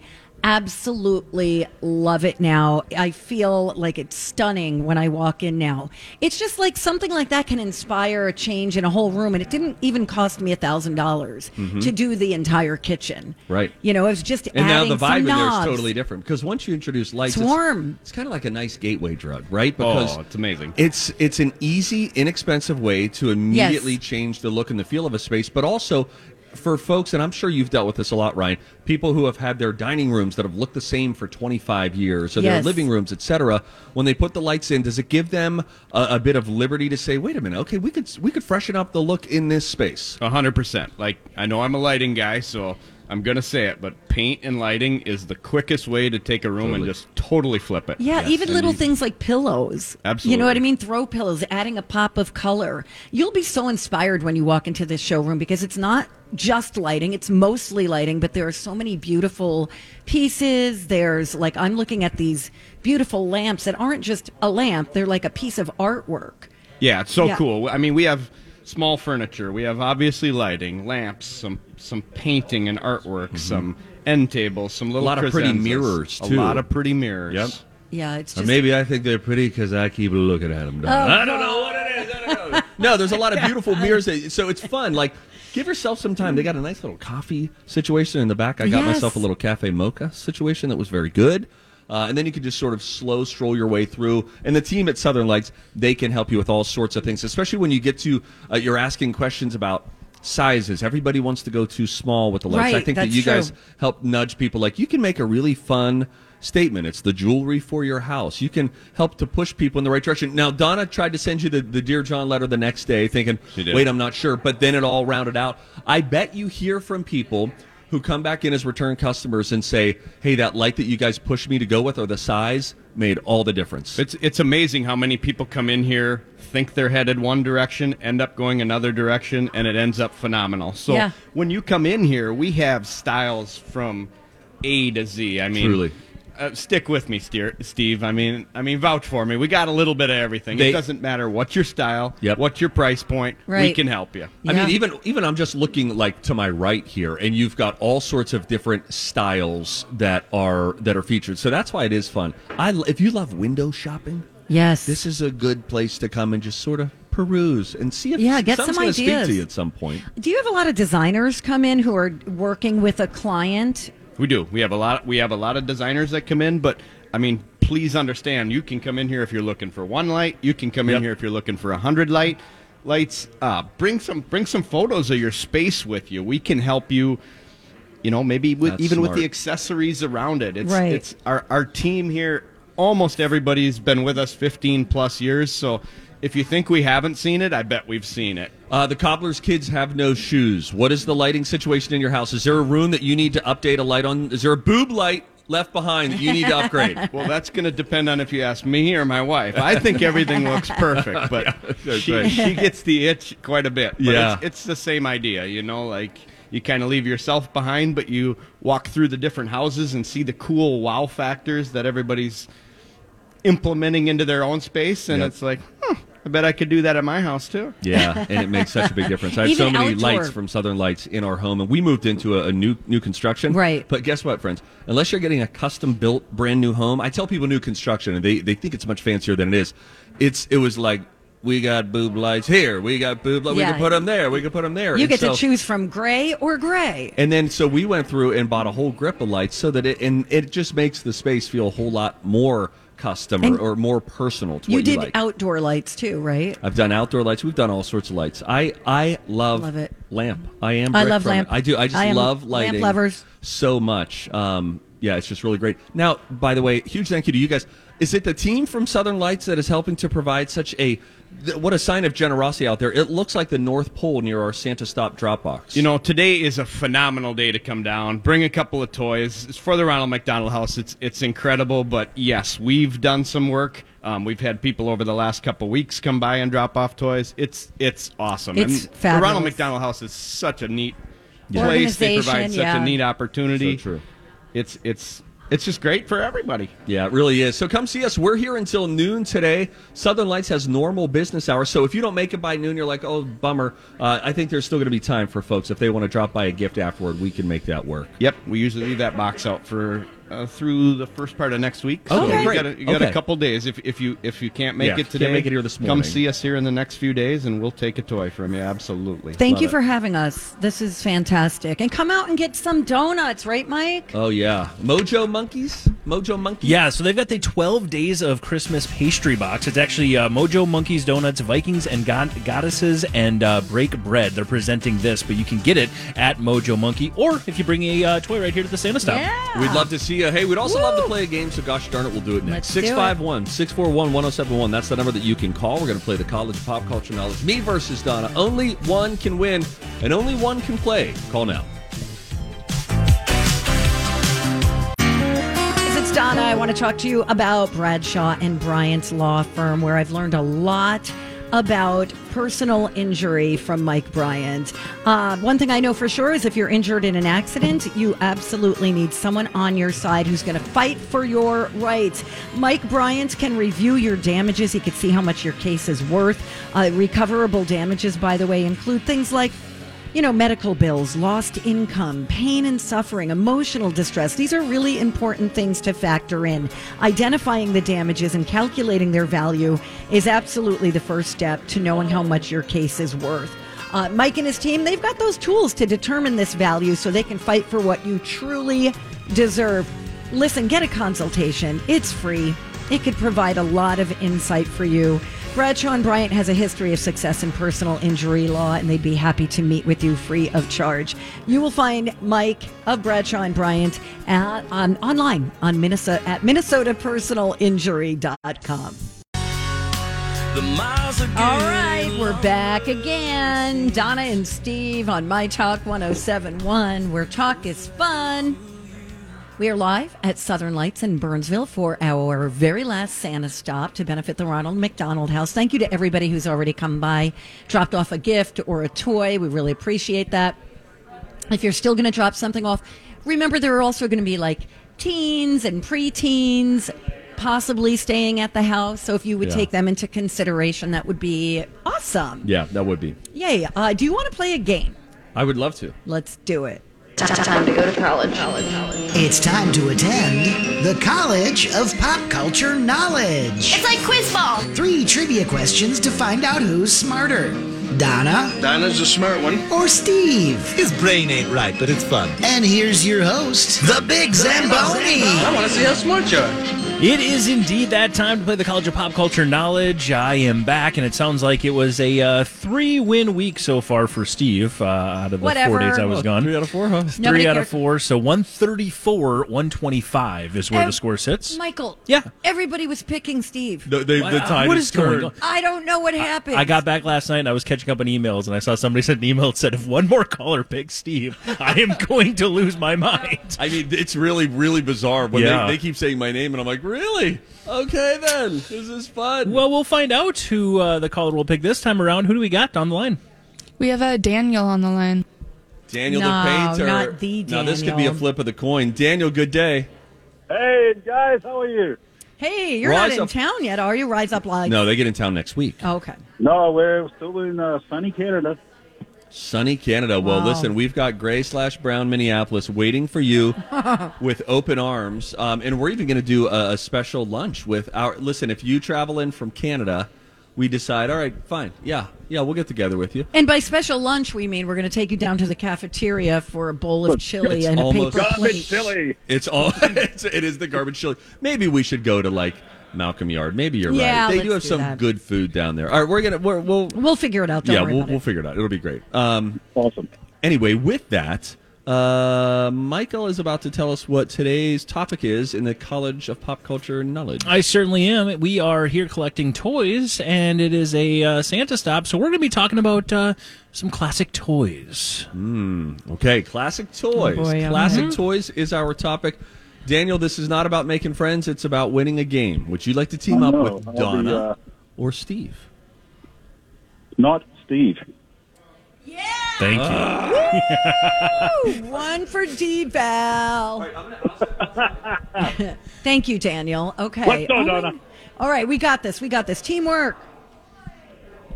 [SPEAKER 1] Absolutely love it now. I feel like it's stunning when I walk in now. It's just like something like that can inspire a change in a whole room. And it didn't even cost me a $1,000 dollars
[SPEAKER 2] Mm-hmm.
[SPEAKER 1] to do the entire kitchen.
[SPEAKER 2] Right.
[SPEAKER 1] You know, it was just
[SPEAKER 2] and now
[SPEAKER 1] adding
[SPEAKER 2] the vibe in
[SPEAKER 1] some
[SPEAKER 2] there is
[SPEAKER 1] knobs.
[SPEAKER 2] totally different because once you introduce lights,
[SPEAKER 1] It's warm.
[SPEAKER 2] It's, kind of like a nice gateway drug, right?
[SPEAKER 5] Oh,
[SPEAKER 2] Because
[SPEAKER 5] it's amazing.
[SPEAKER 2] It's it's an easy, inexpensive way to immediately change the look and the feel of a space, but also for folks, and I'm sure you've dealt with this a lot, Ryan. People who have had their dining rooms that have looked the same for 25 years, or their
[SPEAKER 1] Yes.
[SPEAKER 2] living rooms, etc. When they put the lights in, does it give them a, a bit of liberty to say, "Wait a minute, okay, we could we could freshen up the look in this space"?
[SPEAKER 5] A hundred percent. Like I know I'm a lighting guy, so I'm gonna say it, but paint and lighting is the quickest way to take a room and
[SPEAKER 2] Totally.
[SPEAKER 5] just totally flip it.
[SPEAKER 1] Yeah,
[SPEAKER 5] Yes.
[SPEAKER 1] even
[SPEAKER 5] And
[SPEAKER 1] little
[SPEAKER 5] you-
[SPEAKER 1] things like pillows. You know
[SPEAKER 5] Absolutely.
[SPEAKER 1] what I mean? Throw pillows, adding a pop of color. You'll be so inspired when you walk into this showroom because it's not just lighting, it's mostly lighting, but there are so many beautiful pieces. There's like, I'm looking at these beautiful lamps that aren't just a lamp, they're like a piece of artwork.
[SPEAKER 5] Yeah, it's so
[SPEAKER 1] Yeah.
[SPEAKER 5] cool. I mean, we have small furniture, we have obviously lighting, lamps, some some painting and artwork, some end tables, some little
[SPEAKER 2] Mm-hmm. lot of pretty
[SPEAKER 5] presenzas,
[SPEAKER 2] mirrors,
[SPEAKER 5] a
[SPEAKER 2] too.
[SPEAKER 5] lot of pretty mirrors.
[SPEAKER 2] Yep.
[SPEAKER 1] Yeah, it's
[SPEAKER 2] Or
[SPEAKER 1] just.
[SPEAKER 2] Uh, maybe I think they're pretty because I keep looking at them. I don't know what it is. I don't know. no, there's a lot of beautiful mirrors. That, so it's fun. Like, give yourself some time. They got a nice little coffee situation in the back. I got
[SPEAKER 1] Yes.
[SPEAKER 2] myself a little cafe mocha situation that was very good. Uh, and then you can just sort of slow stroll your way through. And the team at Southern Lights, they can help you with all sorts of things, especially when you get to, uh, you're asking questions about sizes. Everybody wants to go too small with the lights. I
[SPEAKER 1] Right,
[SPEAKER 2] think that
[SPEAKER 1] that's
[SPEAKER 2] you guys
[SPEAKER 1] true.
[SPEAKER 2] help nudge people like you can make a really fun statement it's the jewelry for your house you can help to push people in the right direction now donna tried to send you the, the dear john letter the next day thinking
[SPEAKER 5] She did.
[SPEAKER 2] wait i'm not sure but then it all rounded out i bet you hear from people who come back in as return customers and say hey that light that you guys pushed me to go with or the size made all the difference
[SPEAKER 5] It's it's amazing how many people come in here, think they're headed one direction, end up going another direction, and it ends up phenomenal. So
[SPEAKER 1] Yeah.
[SPEAKER 5] when you come in here, we have styles from A to Z. I mean,
[SPEAKER 2] Truly.
[SPEAKER 5] Uh, stick with me, Steer- Steve. I mean, I mean, vouch for me. We got a little bit of everything.
[SPEAKER 2] They-
[SPEAKER 5] it doesn't matter what your style,
[SPEAKER 2] Yep.
[SPEAKER 5] what's your price point. We
[SPEAKER 1] Right.
[SPEAKER 5] can help you.
[SPEAKER 2] I mean,
[SPEAKER 1] Yeah.
[SPEAKER 2] even even I'm just looking like to my right here, and you've got all sorts of different styles that are that are featured. So that's why it is fun. I l- if you love window shopping,
[SPEAKER 1] Yes.
[SPEAKER 2] this is a good place to come and just sort of peruse and see if
[SPEAKER 1] Yeah, get
[SPEAKER 2] something's
[SPEAKER 1] some
[SPEAKER 2] gonna Speak to
[SPEAKER 1] ideas.
[SPEAKER 2] you at some point.
[SPEAKER 1] Do you have a lot of designers come in who are working with a client?
[SPEAKER 5] We do. We have a lot. We have a lot of designers that come in, but I mean, please understand. You can come in here if you're looking for one light. You can come
[SPEAKER 2] Yep.
[SPEAKER 5] in here if you're looking for a hundred light lights. Uh, bring some bring some photos of your space with you. We can help you. You know, maybe with,
[SPEAKER 2] That's
[SPEAKER 5] even with
[SPEAKER 2] smart.
[SPEAKER 5] the accessories around it. It's
[SPEAKER 1] Right.
[SPEAKER 5] it's our our team here. Almost everybody's been with us 15 plus years. So if you think we haven't seen it, I bet we've seen it.
[SPEAKER 2] Uh, the cobbler's kids have no shoes. What is the lighting situation in your house? Is there a room that you need to update a light on? Is there a boob light left behind that you need to upgrade?
[SPEAKER 5] Well, that's going to depend on if you ask me or my wife. I think everything looks perfect, but
[SPEAKER 2] that's
[SPEAKER 5] she,
[SPEAKER 2] right.
[SPEAKER 5] she gets the itch quite a bit. But
[SPEAKER 2] Yeah.
[SPEAKER 5] it's, it's the same idea, you know, like you kind of leave yourself behind, but you walk through the different houses and see the cool wow factors that everybody's implementing into their own space, and
[SPEAKER 2] Yep.
[SPEAKER 5] it's like, hmm, I bet I could do that at my house too.
[SPEAKER 2] Yeah, and it makes such a big difference. I have so
[SPEAKER 1] Even
[SPEAKER 2] many
[SPEAKER 1] outdoor.
[SPEAKER 2] lights from Southern Lights in our home, and we moved into a, a new new construction.
[SPEAKER 1] Right.
[SPEAKER 2] But guess what, friends? Unless you're getting a custom built brand new home, I tell people new construction, and they, they think it's much fancier than it is. It's it was like we got boob lights here, we got boob lights. We
[SPEAKER 1] Yeah.
[SPEAKER 2] can put them there. We can put them there.
[SPEAKER 1] You
[SPEAKER 2] And
[SPEAKER 1] get
[SPEAKER 2] so-
[SPEAKER 1] to choose from gray or gray.
[SPEAKER 2] and then so we went through and bought a whole grip of lights so that it and it just makes the space feel a whole lot more custom or,
[SPEAKER 1] And
[SPEAKER 2] or more personal to
[SPEAKER 1] You
[SPEAKER 2] what
[SPEAKER 1] did
[SPEAKER 2] you like.
[SPEAKER 1] outdoor lights too, right?
[SPEAKER 2] I've done outdoor lights. We've done all sorts of lights. I I love,
[SPEAKER 1] Love it.
[SPEAKER 2] lamp. I am.
[SPEAKER 1] I
[SPEAKER 2] Rick
[SPEAKER 1] love
[SPEAKER 2] from
[SPEAKER 1] lamp.
[SPEAKER 2] it. I do. I just
[SPEAKER 1] I am
[SPEAKER 2] love
[SPEAKER 1] lamp
[SPEAKER 2] lighting.
[SPEAKER 1] lovers.
[SPEAKER 2] so much. Um, yeah, it's just really great. Now, by the way, huge thank you to you guys. Is it the team from Southern Lights that is helping to provide such a th- what a sign of generosity out there? It looks like the North Pole near our Santa Stop drop box.
[SPEAKER 5] You know, today is a phenomenal day to come down. Bring a couple of toys. It's for the Ronald McDonald House. It's it's incredible, but yes, we've done some work. Um, we've had people over the last couple of weeks come by and drop off toys. It's it's awesome.
[SPEAKER 1] It's
[SPEAKER 5] and The
[SPEAKER 1] fabulous.
[SPEAKER 5] Ronald McDonald House is such a neat place. They provide
[SPEAKER 1] Organization,
[SPEAKER 5] such
[SPEAKER 1] yeah.
[SPEAKER 5] a neat opportunity.
[SPEAKER 2] So true.
[SPEAKER 5] It's it's it's just great for everybody.
[SPEAKER 2] Yeah, it really is. So come see us. We're here until noon today. Southern Lights has normal business hours. So if you don't make it by noon, you're like, oh, bummer. Uh, I think there's still going to be time for folks. If they want to drop by a gift afterward, we can make that work.
[SPEAKER 5] Yep, we usually leave that box out for uh, through the first part of next week.
[SPEAKER 2] Okay,
[SPEAKER 5] you
[SPEAKER 2] great.
[SPEAKER 5] got, a, you got
[SPEAKER 2] Okay.
[SPEAKER 5] a couple days. If, if you if you can't make
[SPEAKER 2] Yeah,
[SPEAKER 5] it
[SPEAKER 2] if you can't
[SPEAKER 5] today,
[SPEAKER 2] make it here this
[SPEAKER 5] Come
[SPEAKER 2] morning.
[SPEAKER 5] see us here in the next few days, and we'll take a toy from you. Absolutely.
[SPEAKER 1] Thank
[SPEAKER 2] Love
[SPEAKER 1] you
[SPEAKER 2] it.
[SPEAKER 1] for having us. This is fantastic. And come out and get some donuts, right, Mike?
[SPEAKER 2] Oh, yeah. Mojo Monkeys? Mojo Monkeys?
[SPEAKER 3] Yeah, so they've got the 12 days of Christmas pastry box. It's actually uh, Mojo Monkeys Donuts, Vikings and God- Goddesses, and uh, Break Bread. They're presenting this, but you can get it at Mojo Monkey, or if you bring a uh, toy right here to the Santa Stop.
[SPEAKER 1] Yeah.
[SPEAKER 2] We'd love to see you. Hey, we'd also love to
[SPEAKER 1] Woo!
[SPEAKER 2] play a game, so gosh darn it, we'll do it next.
[SPEAKER 1] Let's do it.
[SPEAKER 2] 651 641 1071. That's the number that you can call. We're going to play the College of Pop Culture Knowledge. Me versus Donna. Only one can win, and only one can play. Call now.
[SPEAKER 1] Donna. I want to talk to you about Bradshaw and Bryant's law firm, where I've learned a lot about personal injury from Mike Bryant. Uh, one thing I know for sure is if you're injured in an accident, you absolutely need someone on your side who's going to fight for your rights. Mike Bryant can review your damages. He can see how much your case is worth. Uh, recoverable damages, by the way, include things like you know, medical bills, lost income, pain and suffering, emotional distress. These are really important things to factor in. Identifying the damages and calculating their value is absolutely the first step to knowing how much your case is worth. Uh, Mike and his team, they've got those tools to determine this value so they can fight for what you truly deserve. Listen, get a consultation. It's free. It could provide a lot of insight for you. Bradshaw and Bryant has a history of success in personal injury law, and they'd be happy to meet with you free of charge. You will find Mike of Bradshaw and Bryant at, on, online on Minnesota at minnesotapersonalinjury.com.
[SPEAKER 6] The miles again.
[SPEAKER 1] All right, we're back again. Donna and Steve on My Talk 1071, where talk is fun. We are live at Southern Lights in Burnsville for our very last Santa stop to benefit the Ronald McDonald House. Thank you to everybody who's already come by, dropped off a gift or a toy. We really appreciate that. If you're still going to drop something off, remember there are also going to be like teens and preteens possibly staying at the house. So if you would
[SPEAKER 2] Yeah.
[SPEAKER 1] take them into consideration, that would be awesome.
[SPEAKER 2] Yeah, that would be.
[SPEAKER 1] Yay. Uh, do you want to play a game?
[SPEAKER 2] I would love to.
[SPEAKER 1] Let's do it.
[SPEAKER 7] Time to go to college. college,
[SPEAKER 8] It's time to attend the College of Pop Culture Knowledge.
[SPEAKER 7] It's like quiz ball.
[SPEAKER 8] Three trivia questions to find out who's smarter Donna
[SPEAKER 6] Dinah's a smart one.
[SPEAKER 8] or Steve.
[SPEAKER 9] His brain ain't right, but it's fun.
[SPEAKER 8] And here's your host, the Big Zamboni.
[SPEAKER 6] I want to see how smart you are.
[SPEAKER 3] It is indeed that time to play the College of Pop Culture Knowledge. I am back, and it sounds like it was a uh, three-win week so far for Steve uh, out of the
[SPEAKER 1] Whatever.
[SPEAKER 3] four days I was
[SPEAKER 2] Oh,
[SPEAKER 3] gone.
[SPEAKER 2] Three out of four, huh?
[SPEAKER 1] Nobody
[SPEAKER 3] Three out
[SPEAKER 1] cared.
[SPEAKER 3] of four, so 134, 125 is where
[SPEAKER 1] Ev-
[SPEAKER 3] the score sits.
[SPEAKER 1] Michael.
[SPEAKER 3] Yeah.
[SPEAKER 1] Everybody was picking Steve.
[SPEAKER 2] The, they, the tide
[SPEAKER 3] what
[SPEAKER 2] has
[SPEAKER 3] is going
[SPEAKER 2] turned.
[SPEAKER 3] on?
[SPEAKER 1] I don't know what happened.
[SPEAKER 3] I got back last night and I was catching up on emails and I saw somebody sent an email that said, if one more caller picks Steve, I am going to lose my mind.
[SPEAKER 2] I mean, it's really, really bizarre when
[SPEAKER 3] Yeah.
[SPEAKER 10] Uh.
[SPEAKER 2] they, they keep saying my name, and I'm like, really? Okay, then. This is fun.
[SPEAKER 3] Well, we'll find out who uh, the caller will pick this time around. Who do we got on the line?
[SPEAKER 4] We have a Daniel on the line.
[SPEAKER 2] Daniel
[SPEAKER 1] No,
[SPEAKER 2] the Painter.
[SPEAKER 1] not the
[SPEAKER 2] Now, this could be a
[SPEAKER 1] Daniel.
[SPEAKER 2] flip of the coin. Daniel, good day.
[SPEAKER 10] Hey guys, how are you?
[SPEAKER 1] Hey, you're
[SPEAKER 2] Rise
[SPEAKER 1] not in
[SPEAKER 2] up.
[SPEAKER 1] town yet, are you? Rise up live.
[SPEAKER 2] No, they get in town next week.
[SPEAKER 1] Okay.
[SPEAKER 10] No, we're still in uh, sunny Canada.
[SPEAKER 2] Sunny Canada. Well,
[SPEAKER 1] Wow.
[SPEAKER 2] listen, we've got gray slash brown Minneapolis waiting for you with open arms, um, and we're even going to do a, a special lunch with our. Listen, if you travel in from Canada, we decide. All right, fine, yeah, yeah, we'll get together with you.
[SPEAKER 1] And by special lunch, we mean we're going to take you down to the cafeteria for a bowl of chili
[SPEAKER 2] It's
[SPEAKER 1] and a
[SPEAKER 2] almost-
[SPEAKER 1] paper plate.
[SPEAKER 10] Garbage chili.
[SPEAKER 2] It's all. It's, it is the garbage chili. Maybe we should go to like Malcolm Yard. Maybe you're
[SPEAKER 1] Yeah,
[SPEAKER 2] right. They
[SPEAKER 1] let's
[SPEAKER 2] do have
[SPEAKER 1] do
[SPEAKER 2] some
[SPEAKER 1] that.
[SPEAKER 2] good food down there. All right, we're gonna. We're, we'll.
[SPEAKER 1] We'll figure it out. Don't
[SPEAKER 2] yeah,
[SPEAKER 1] worry
[SPEAKER 2] we'll,
[SPEAKER 1] about
[SPEAKER 2] we'll
[SPEAKER 1] it.
[SPEAKER 2] figure it out. It'll be great. Um,
[SPEAKER 10] Awesome.
[SPEAKER 2] anyway, with that, uh, Michael is about to tell us what today's topic is in the College of Pop Culture Knowledge.
[SPEAKER 3] I certainly am. We are here collecting toys, and it is a uh, Santa stop, so we're going to be talking about uh, some classic toys.
[SPEAKER 2] Okay, classic toys.
[SPEAKER 1] Oh, boy, uh-huh. yeah.
[SPEAKER 2] classic toys is our topic. Daniel, this is not about making friends. It's about winning a game. Would you like to team
[SPEAKER 10] I
[SPEAKER 2] up
[SPEAKER 10] know.
[SPEAKER 2] with
[SPEAKER 10] I'll be,
[SPEAKER 2] Donna
[SPEAKER 10] uh,
[SPEAKER 2] or Steve?
[SPEAKER 10] Not Steve.
[SPEAKER 3] Thank you.
[SPEAKER 1] Ooh, one for D-Val. Thank you, Daniel. Okay.
[SPEAKER 10] Let's go,
[SPEAKER 1] Oh,
[SPEAKER 10] Donna.
[SPEAKER 1] my- All right, we got this. We got this. Teamwork.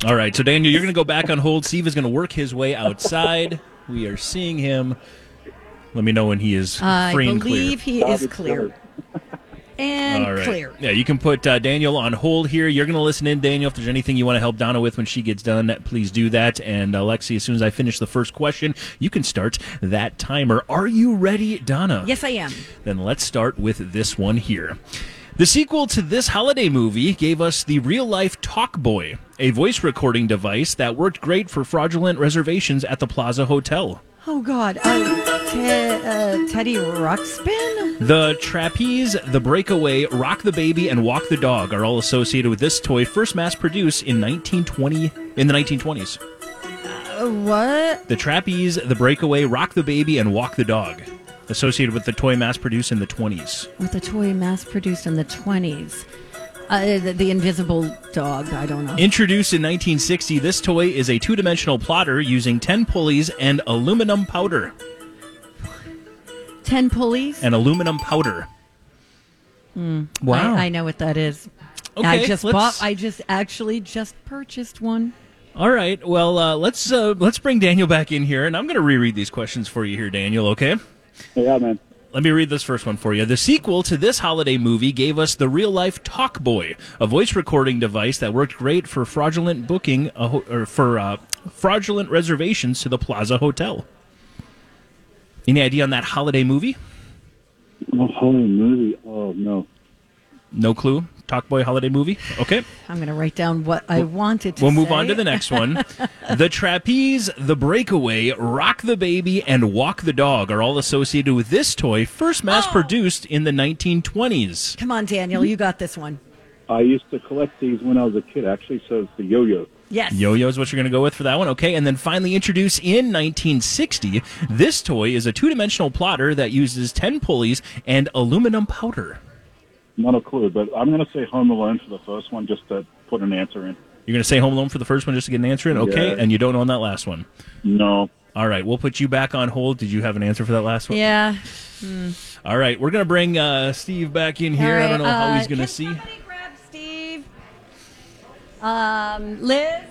[SPEAKER 3] All right, so Daniel, you're going to go back on hold. Steve is going to work his way outside. we are seeing him. Let me know when he is
[SPEAKER 1] I
[SPEAKER 3] free and clear.
[SPEAKER 1] believe he is clear. And
[SPEAKER 3] All right.
[SPEAKER 1] clear.
[SPEAKER 3] Yeah, you can put uh, Daniel on hold here. You're going to listen in, Daniel. If there's anything you want to help Donna with when she gets done, please do that. And uh, Lexi, as soon as I finish the first question, you can start that timer. Are you ready, Donna?
[SPEAKER 1] Yes, I am.
[SPEAKER 3] Then let's start with this one here. The sequel to this holiday movie gave us the real life Talkboy, a voice recording device that worked great for fraudulent reservations at the Plaza Hotel.
[SPEAKER 1] Oh, God. Uh, Te- uh, Teddy Ruxpin?
[SPEAKER 3] The trapeze, the breakaway, rock the baby, and walk the dog are all associated with this toy, first mass produced in 1920 in the 1920s.
[SPEAKER 1] Uh, What?
[SPEAKER 3] The trapeze, the breakaway, rock the baby, and walk the dog. associated with the toy mass produced in the 20s.
[SPEAKER 1] With a toy mass produced in the 20s. Uh, the, the invisible dog, I don't know.
[SPEAKER 3] Introduced in 1960, this toy is a two dimensional plotter using 10 pulleys and aluminum powder.
[SPEAKER 1] 10 pulleys?
[SPEAKER 3] And aluminum powder.
[SPEAKER 1] Hmm.
[SPEAKER 3] Wow.
[SPEAKER 1] I, I know what that is. I
[SPEAKER 3] Okay,
[SPEAKER 1] just
[SPEAKER 3] let's-
[SPEAKER 1] bought, I just actually just purchased one.
[SPEAKER 3] All right. Well, uh, let's uh, let's bring Daniel back in here, and I'm going to reread these questions for you here, Daniel. Okay.
[SPEAKER 10] Yeah, man.
[SPEAKER 3] Let me read this first one for you. The sequel to this holiday movie gave us the real life Talkboy, a voice recording device that worked great for fraudulent booking a ho- or for uh, fraudulent reservations to the Plaza Hotel. Any idea on that holiday movie?
[SPEAKER 10] Oh, holy movie. Oh, no.
[SPEAKER 3] No clue. Talkboy holiday movie. Okay.
[SPEAKER 1] I'm going to write down what I wanted to
[SPEAKER 3] We'll move on
[SPEAKER 1] say.
[SPEAKER 3] to the next one. the trapeze, the breakaway, rock the baby, and walk the dog are all associated with this toy, first mass
[SPEAKER 1] Oh.
[SPEAKER 3] produced in the 1920s.
[SPEAKER 1] Come on, Daniel, you got this one.
[SPEAKER 10] I used to collect these when I was a kid, actually, so it's the yo-yo.
[SPEAKER 1] Yes.
[SPEAKER 3] Yo yo is what you're going to go with for that one. Okay. And then finally, introduced in 1960, this toy is a two dimensional plotter that uses 10 pulleys and aluminum powder.
[SPEAKER 10] Not a clue, but I'm going to say Home Alone for the first one just to put an answer in.
[SPEAKER 3] You're going to say Home Alone for the first one just to get an answer in? Okay.
[SPEAKER 10] Yeah.
[SPEAKER 3] And you don't own that last one?
[SPEAKER 10] No.
[SPEAKER 3] All right. We'll put you back on hold. Did you have an answer for that last one?
[SPEAKER 1] Yeah.
[SPEAKER 3] All right, we're gonna bring uh, Steve back in here.
[SPEAKER 1] All
[SPEAKER 3] I don't know
[SPEAKER 1] right,
[SPEAKER 3] how
[SPEAKER 1] uh,
[SPEAKER 3] he's gonna
[SPEAKER 1] can
[SPEAKER 3] see.
[SPEAKER 1] somebody grab Steve? Um, Liz?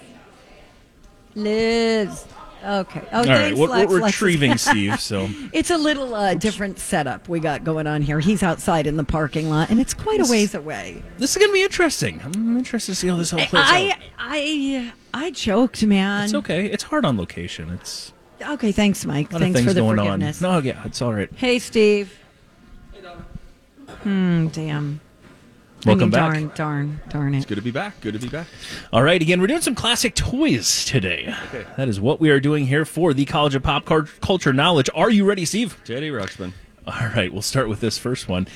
[SPEAKER 1] Liz. Okay. Oh,
[SPEAKER 3] All right,
[SPEAKER 1] thanks,
[SPEAKER 3] we're,
[SPEAKER 1] Lex.
[SPEAKER 3] we're
[SPEAKER 1] Lex is-
[SPEAKER 3] retrieving Steve. So
[SPEAKER 1] It's a little uh, different setup we got going on here. He's outside in the parking lot, and it's quite a ways away.
[SPEAKER 3] this is gonna be interesting. I'm interested to see how this all plays
[SPEAKER 1] I,
[SPEAKER 3] out.
[SPEAKER 1] I, I joked, man.
[SPEAKER 3] It's okay. It's hard on location. It's
[SPEAKER 1] Okay, thanks, Mike.
[SPEAKER 3] a lot
[SPEAKER 1] Thanks
[SPEAKER 3] of
[SPEAKER 1] for
[SPEAKER 3] things
[SPEAKER 1] the
[SPEAKER 3] going on.
[SPEAKER 1] forgiveness.
[SPEAKER 3] No, yeah, it's all right.
[SPEAKER 1] Hey, Steve. Hmm, damn. I mean,
[SPEAKER 3] Welcome back.
[SPEAKER 1] Darn, darn, darn it.
[SPEAKER 2] Good to be back. Good to be back.
[SPEAKER 3] All right, again, we're doing some classic toys today. That is what we are doing here for the College of Pop Cul- Culture Knowledge. Are you ready, Steve?
[SPEAKER 2] Teddy Ruxpin.
[SPEAKER 3] All right, we'll start with this first one.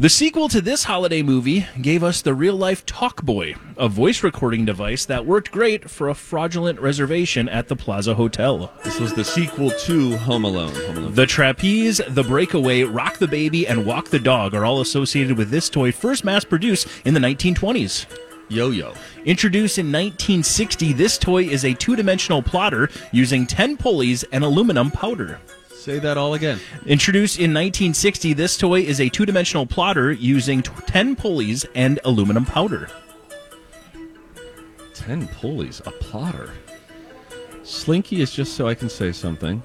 [SPEAKER 3] The sequel to this holiday movie gave us the real life Talkboy, a voice recording device that worked great for a fraudulent reservation at the Plaza Hotel.
[SPEAKER 2] This was the sequel to Home Alone. Home Alone.
[SPEAKER 3] The trapeze, the breakaway, rock the baby, and walk the dog are all associated with this toy first mass produced in the 1920s.
[SPEAKER 2] Yo-Yo.
[SPEAKER 3] Introduced in 1960, this toy is a two dimensional plotter using 10 pulleys and aluminum powder.
[SPEAKER 2] Say that all again.
[SPEAKER 3] Introduced in 1960, this toy is a two dimensional plotter using t- 10 pulleys and aluminum powder.
[SPEAKER 2] Ten pulleys. A plotter. Slinky is just so I can say something.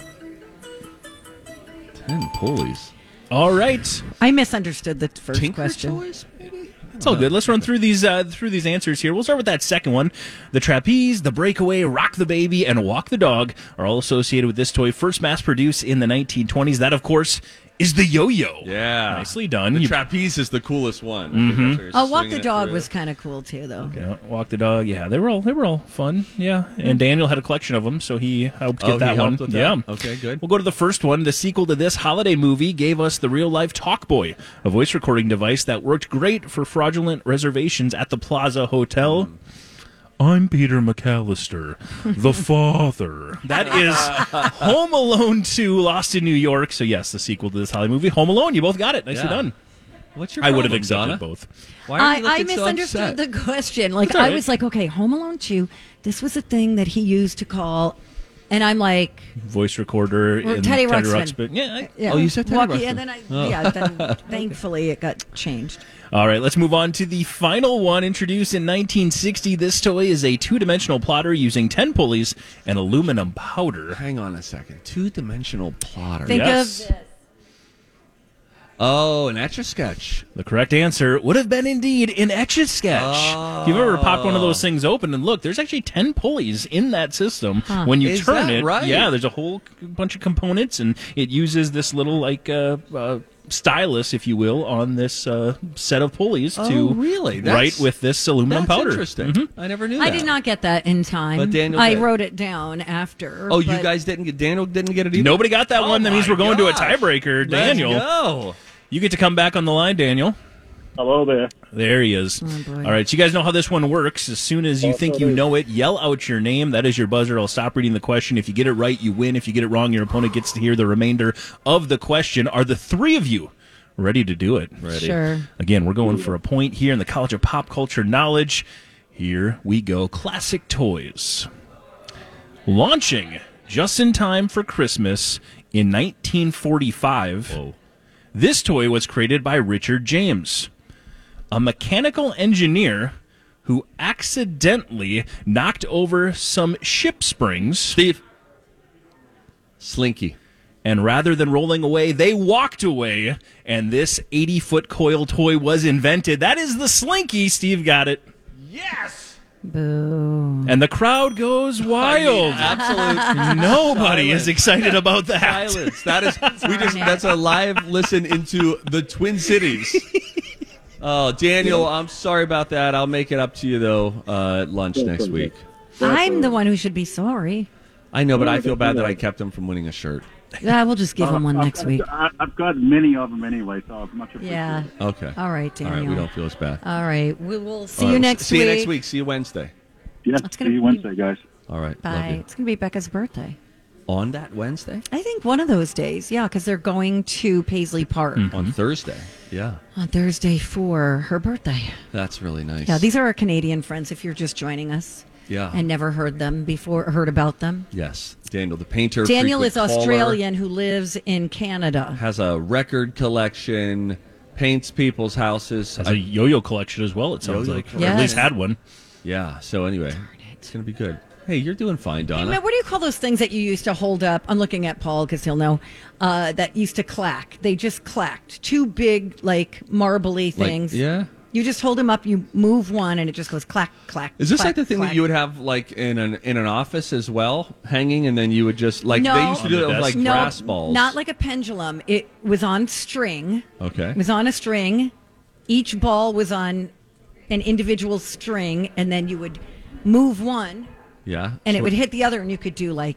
[SPEAKER 2] Ten pulleys.
[SPEAKER 3] All right,
[SPEAKER 1] I misunderstood the first
[SPEAKER 2] Tinker
[SPEAKER 1] question.
[SPEAKER 2] toys, maybe?
[SPEAKER 3] it's all good. Let's run through these uh, through these answers here. We'll start with that second one. The trapeze, the breakaway, rock the baby, and walk the dog are all associated with this toy, first mass produced in the 1920s. That, of course, is the yo-yo.
[SPEAKER 2] Yeah.
[SPEAKER 3] nicely done.
[SPEAKER 2] The
[SPEAKER 3] You-
[SPEAKER 2] trapeze is the coolest one.
[SPEAKER 1] Oh, Walk the Dog was kind of cool, too, though.
[SPEAKER 3] Yeah, walk the dog. Yeah, they were all they were all fun. Yeah, and Daniel had a collection of them, so he helped get
[SPEAKER 2] Hmm. Oh, he
[SPEAKER 3] that one.
[SPEAKER 2] helped with that?
[SPEAKER 3] Yeah.
[SPEAKER 2] Okay, good.
[SPEAKER 3] We'll go to the first one. The sequel to this holiday movie gave us the real life Talkboy, a voice recording device that worked great for fraudulent reservations at the Plaza Hotel. Hmm. I'm Peter McAllister, the father. That is Home Alone 2 Lost in New York. So, yes, the sequel to this holiday movie. Home Alone, you both got it. Nicely
[SPEAKER 2] Yeah.
[SPEAKER 3] done.
[SPEAKER 2] What's your
[SPEAKER 3] I would have
[SPEAKER 2] problem,
[SPEAKER 3] accepted
[SPEAKER 2] Donna?
[SPEAKER 3] both.
[SPEAKER 2] Why are
[SPEAKER 1] I,
[SPEAKER 2] you
[SPEAKER 1] I
[SPEAKER 2] looking so
[SPEAKER 1] misunderstood
[SPEAKER 2] upset?
[SPEAKER 1] the question. Like,
[SPEAKER 3] That's all
[SPEAKER 1] I
[SPEAKER 3] right.
[SPEAKER 1] was like, okay, Home Alone 2, this was a thing that he used to call. And I'm like,
[SPEAKER 3] Voice recorder
[SPEAKER 1] Well,
[SPEAKER 3] in
[SPEAKER 1] Teddy Ruxpin.
[SPEAKER 3] Yeah, I-
[SPEAKER 1] yeah,
[SPEAKER 2] Oh, you said Teddy Oh.
[SPEAKER 1] walkie-
[SPEAKER 2] Ruxpin.
[SPEAKER 1] And then I, yeah, then thankfully it got changed.
[SPEAKER 3] All right, let's move on to the final one. Introduced in 1960, this toy is a two dimensional plotter using 10 pulleys and aluminum powder.
[SPEAKER 2] Hang on a second. Two-dimensional plotter.
[SPEAKER 1] Think
[SPEAKER 3] Yes.
[SPEAKER 1] of this.
[SPEAKER 2] Oh, an etch a sketch.
[SPEAKER 3] The correct answer would have been indeed an etch a sketch. If you've ever popped one of
[SPEAKER 2] Oh.
[SPEAKER 3] those things open and look, there's actually 10 pulleys in that system. When you
[SPEAKER 2] Is
[SPEAKER 3] turn
[SPEAKER 2] that
[SPEAKER 3] it,
[SPEAKER 2] right?
[SPEAKER 3] yeah, there's a whole c- bunch of components, and it uses this little, like, uh, uh, stylus, if you will, on this uh, set of pulleys to
[SPEAKER 2] Oh, really?
[SPEAKER 3] write
[SPEAKER 2] That's-
[SPEAKER 3] with this aluminum
[SPEAKER 2] That's
[SPEAKER 3] powder. Mm-hmm.
[SPEAKER 2] interesting. I never knew
[SPEAKER 1] I
[SPEAKER 2] that.
[SPEAKER 1] did not get that in time.
[SPEAKER 2] But Daniel
[SPEAKER 1] I
[SPEAKER 2] did.
[SPEAKER 1] wrote it down after.
[SPEAKER 2] Oh, you
[SPEAKER 1] but-
[SPEAKER 2] guys didn't get Daniel didn't get it either. Oh
[SPEAKER 3] Nobody got that
[SPEAKER 10] Oh
[SPEAKER 3] one. That means we're going to a tiebreaker, Daniel.
[SPEAKER 2] No.
[SPEAKER 3] You get to come back on the line, Daniel.
[SPEAKER 10] Hello there.
[SPEAKER 3] There he is. All right, so you guys know how this one works. As soon as
[SPEAKER 10] Oh,
[SPEAKER 3] you think you know it, yell out your name. That is your buzzer. I'll stop reading the question. If you get it right, you win. If you get it wrong, your opponent gets to hear the remainder of the question. Are the three of you ready to do it? Ready.
[SPEAKER 1] Sure.
[SPEAKER 3] Again, we're going for a point here in the College of Pop Culture Knowledge. Here we go. Classic toys. Launching just in time for Christmas in 1945. This toy was created by Richard James, a mechanical engineer who accidentally knocked over some ship springs.
[SPEAKER 2] Steve. Slinky.
[SPEAKER 3] And rather than rolling away, they walked away, and this 80 foot coil toy was invented. That is the Slinky. Steve got it.
[SPEAKER 1] Boo.
[SPEAKER 3] And the crowd goes wild.
[SPEAKER 2] absolute
[SPEAKER 3] Nobody is excited about that.
[SPEAKER 2] Silence. That is we just that's a live listen into the Twin Cities. Oh, Daniel, I'm sorry about that. I'll make it up to you though uh, at lunch next week.
[SPEAKER 1] I'm the one who should be sorry.
[SPEAKER 2] I know, but I feel bad that I kept him from winning a shirt.
[SPEAKER 1] Yeah, we'll just give him one
[SPEAKER 10] I've
[SPEAKER 1] next
[SPEAKER 10] got-
[SPEAKER 1] week.
[SPEAKER 10] I, I've got many of them anyway, so much appreciated.
[SPEAKER 1] Yeah.
[SPEAKER 2] Okay.
[SPEAKER 1] All right,
[SPEAKER 2] All right,
[SPEAKER 1] Daniel.
[SPEAKER 2] we don't feel as bad.
[SPEAKER 1] All right. We will see
[SPEAKER 2] All
[SPEAKER 1] you
[SPEAKER 2] right, we'll
[SPEAKER 1] next
[SPEAKER 2] see
[SPEAKER 1] week.
[SPEAKER 2] you next week. See you Wednesday.
[SPEAKER 10] Yeah.
[SPEAKER 1] It's
[SPEAKER 10] See
[SPEAKER 1] gonna
[SPEAKER 10] you
[SPEAKER 1] be-
[SPEAKER 10] Wednesday, guys.
[SPEAKER 2] All right. Love
[SPEAKER 1] Bye.
[SPEAKER 2] you.
[SPEAKER 1] It's going to be Becca's birthday.
[SPEAKER 2] On that Wednesday?
[SPEAKER 1] I think one of those days. Yeah, because they're going to Paisley Park
[SPEAKER 2] On Thursday. Yeah.
[SPEAKER 1] on Thursday for her birthday.
[SPEAKER 2] That's really nice.
[SPEAKER 1] Yeah, these are our Canadian friends if you're just joining us.
[SPEAKER 2] Yeah.
[SPEAKER 1] And never heard them before, heard about them.
[SPEAKER 2] Yes. Daniel the painter.
[SPEAKER 1] Daniel is
[SPEAKER 2] frequent caller,
[SPEAKER 1] Australian who lives in Canada.
[SPEAKER 2] Has a record collection, paints people's houses.
[SPEAKER 3] Has
[SPEAKER 2] I-
[SPEAKER 3] a yo-yo collection as well. It sounds
[SPEAKER 2] Yo-yo
[SPEAKER 3] like, or
[SPEAKER 1] Yes.
[SPEAKER 3] at least had one.
[SPEAKER 2] yeah. So anyway, it's going to be good. Hey, you're doing fine, Donna.
[SPEAKER 1] Matt, what do you call those things that you used to hold up? I'm looking at Paul because he'll know. Uh, that used to clack. They just clacked. Two big, like, marbly
[SPEAKER 2] Like,
[SPEAKER 1] things.
[SPEAKER 2] yeah.
[SPEAKER 1] You just hold them up, you move one, and it just goes clack, clack.
[SPEAKER 2] Is this
[SPEAKER 1] clack,
[SPEAKER 2] like the thing
[SPEAKER 1] clack.
[SPEAKER 2] that you would have like in an in an office as well, hanging, and then you would just like
[SPEAKER 1] No.
[SPEAKER 2] they used to do
[SPEAKER 3] On
[SPEAKER 2] that
[SPEAKER 3] the
[SPEAKER 2] with like
[SPEAKER 3] desk?
[SPEAKER 2] brass balls,
[SPEAKER 1] Not like a pendulum. It was on string.
[SPEAKER 2] okay,
[SPEAKER 1] It was on a string. Each ball was on an individual string, and then you would move one,
[SPEAKER 2] yeah,
[SPEAKER 1] and
[SPEAKER 2] So-
[SPEAKER 1] it would hit the other, and you could do like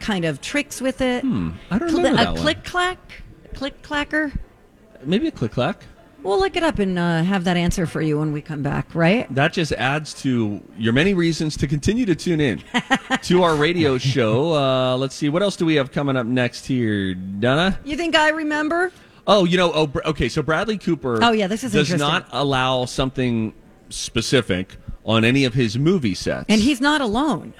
[SPEAKER 1] kind of tricks with it.
[SPEAKER 2] Hmm. I don't
[SPEAKER 1] Cl-
[SPEAKER 2] remember that
[SPEAKER 1] a
[SPEAKER 2] one.
[SPEAKER 1] click clack, click clacker.
[SPEAKER 2] Maybe a click clack.
[SPEAKER 1] We'll look it up and uh, have that answer for you when we come back, right?
[SPEAKER 2] That just adds to your many reasons to continue to tune in to our radio show. Uh, let's see, what else do we have coming up next here, Donna?
[SPEAKER 1] You think I remember?
[SPEAKER 2] Oh, you know, oh, Br- okay. So Bradley Cooper.
[SPEAKER 1] Oh, yeah, this is
[SPEAKER 2] does
[SPEAKER 1] interesting.
[SPEAKER 2] not allow something specific on any of his movie sets,
[SPEAKER 1] And he's not alone.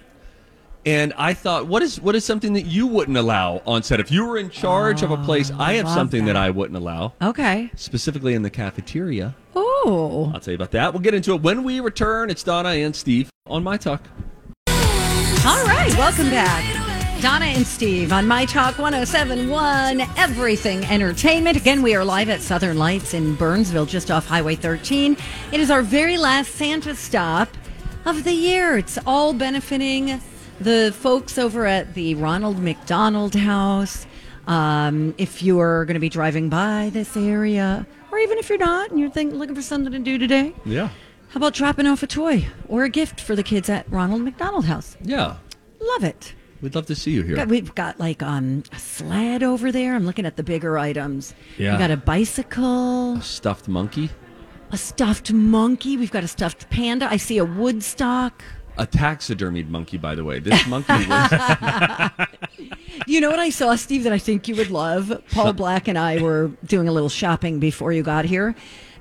[SPEAKER 2] And I thought, what is what is something that you wouldn't allow on set? If you were in charge of a place, I have
[SPEAKER 1] Oh, love
[SPEAKER 2] something that.
[SPEAKER 1] that.
[SPEAKER 2] I wouldn't allow,
[SPEAKER 1] Okay.
[SPEAKER 2] specifically in the cafeteria.
[SPEAKER 1] Oh.
[SPEAKER 2] I'll tell you about that. We'll get into it when we return. It's Donna and Steve on my talk.
[SPEAKER 1] All right, welcome back. Donna and Steve on My Talk 1071, Everything Entertainment. Again, we are live at Southern Lights in Burnsville, just off Highway 13. It is our very last Santa stop of the year. It's all benefiting the folks over at the Ronald McDonald House. Um, if you're going to be driving by this area, or even if you're not and you're think, looking for something to do today,
[SPEAKER 2] Yeah,
[SPEAKER 1] how about dropping off a toy or a gift for the kids at Ronald McDonald House?
[SPEAKER 2] yeah.
[SPEAKER 1] Love it.
[SPEAKER 2] We'd love to see you here.
[SPEAKER 1] Got- We've got like um, a sled over there. I'm looking at the bigger items.
[SPEAKER 2] Yeah.
[SPEAKER 1] We got a bicycle,
[SPEAKER 2] Stuffed monkey,
[SPEAKER 1] a stuffed monkey. We've got a stuffed panda. I see a Woodstock.
[SPEAKER 2] a taxidermied monkey. By the way, this monkey was
[SPEAKER 1] You know what I saw, Steve, that I think you would love? Paul Black and I were doing a little shopping before you got here.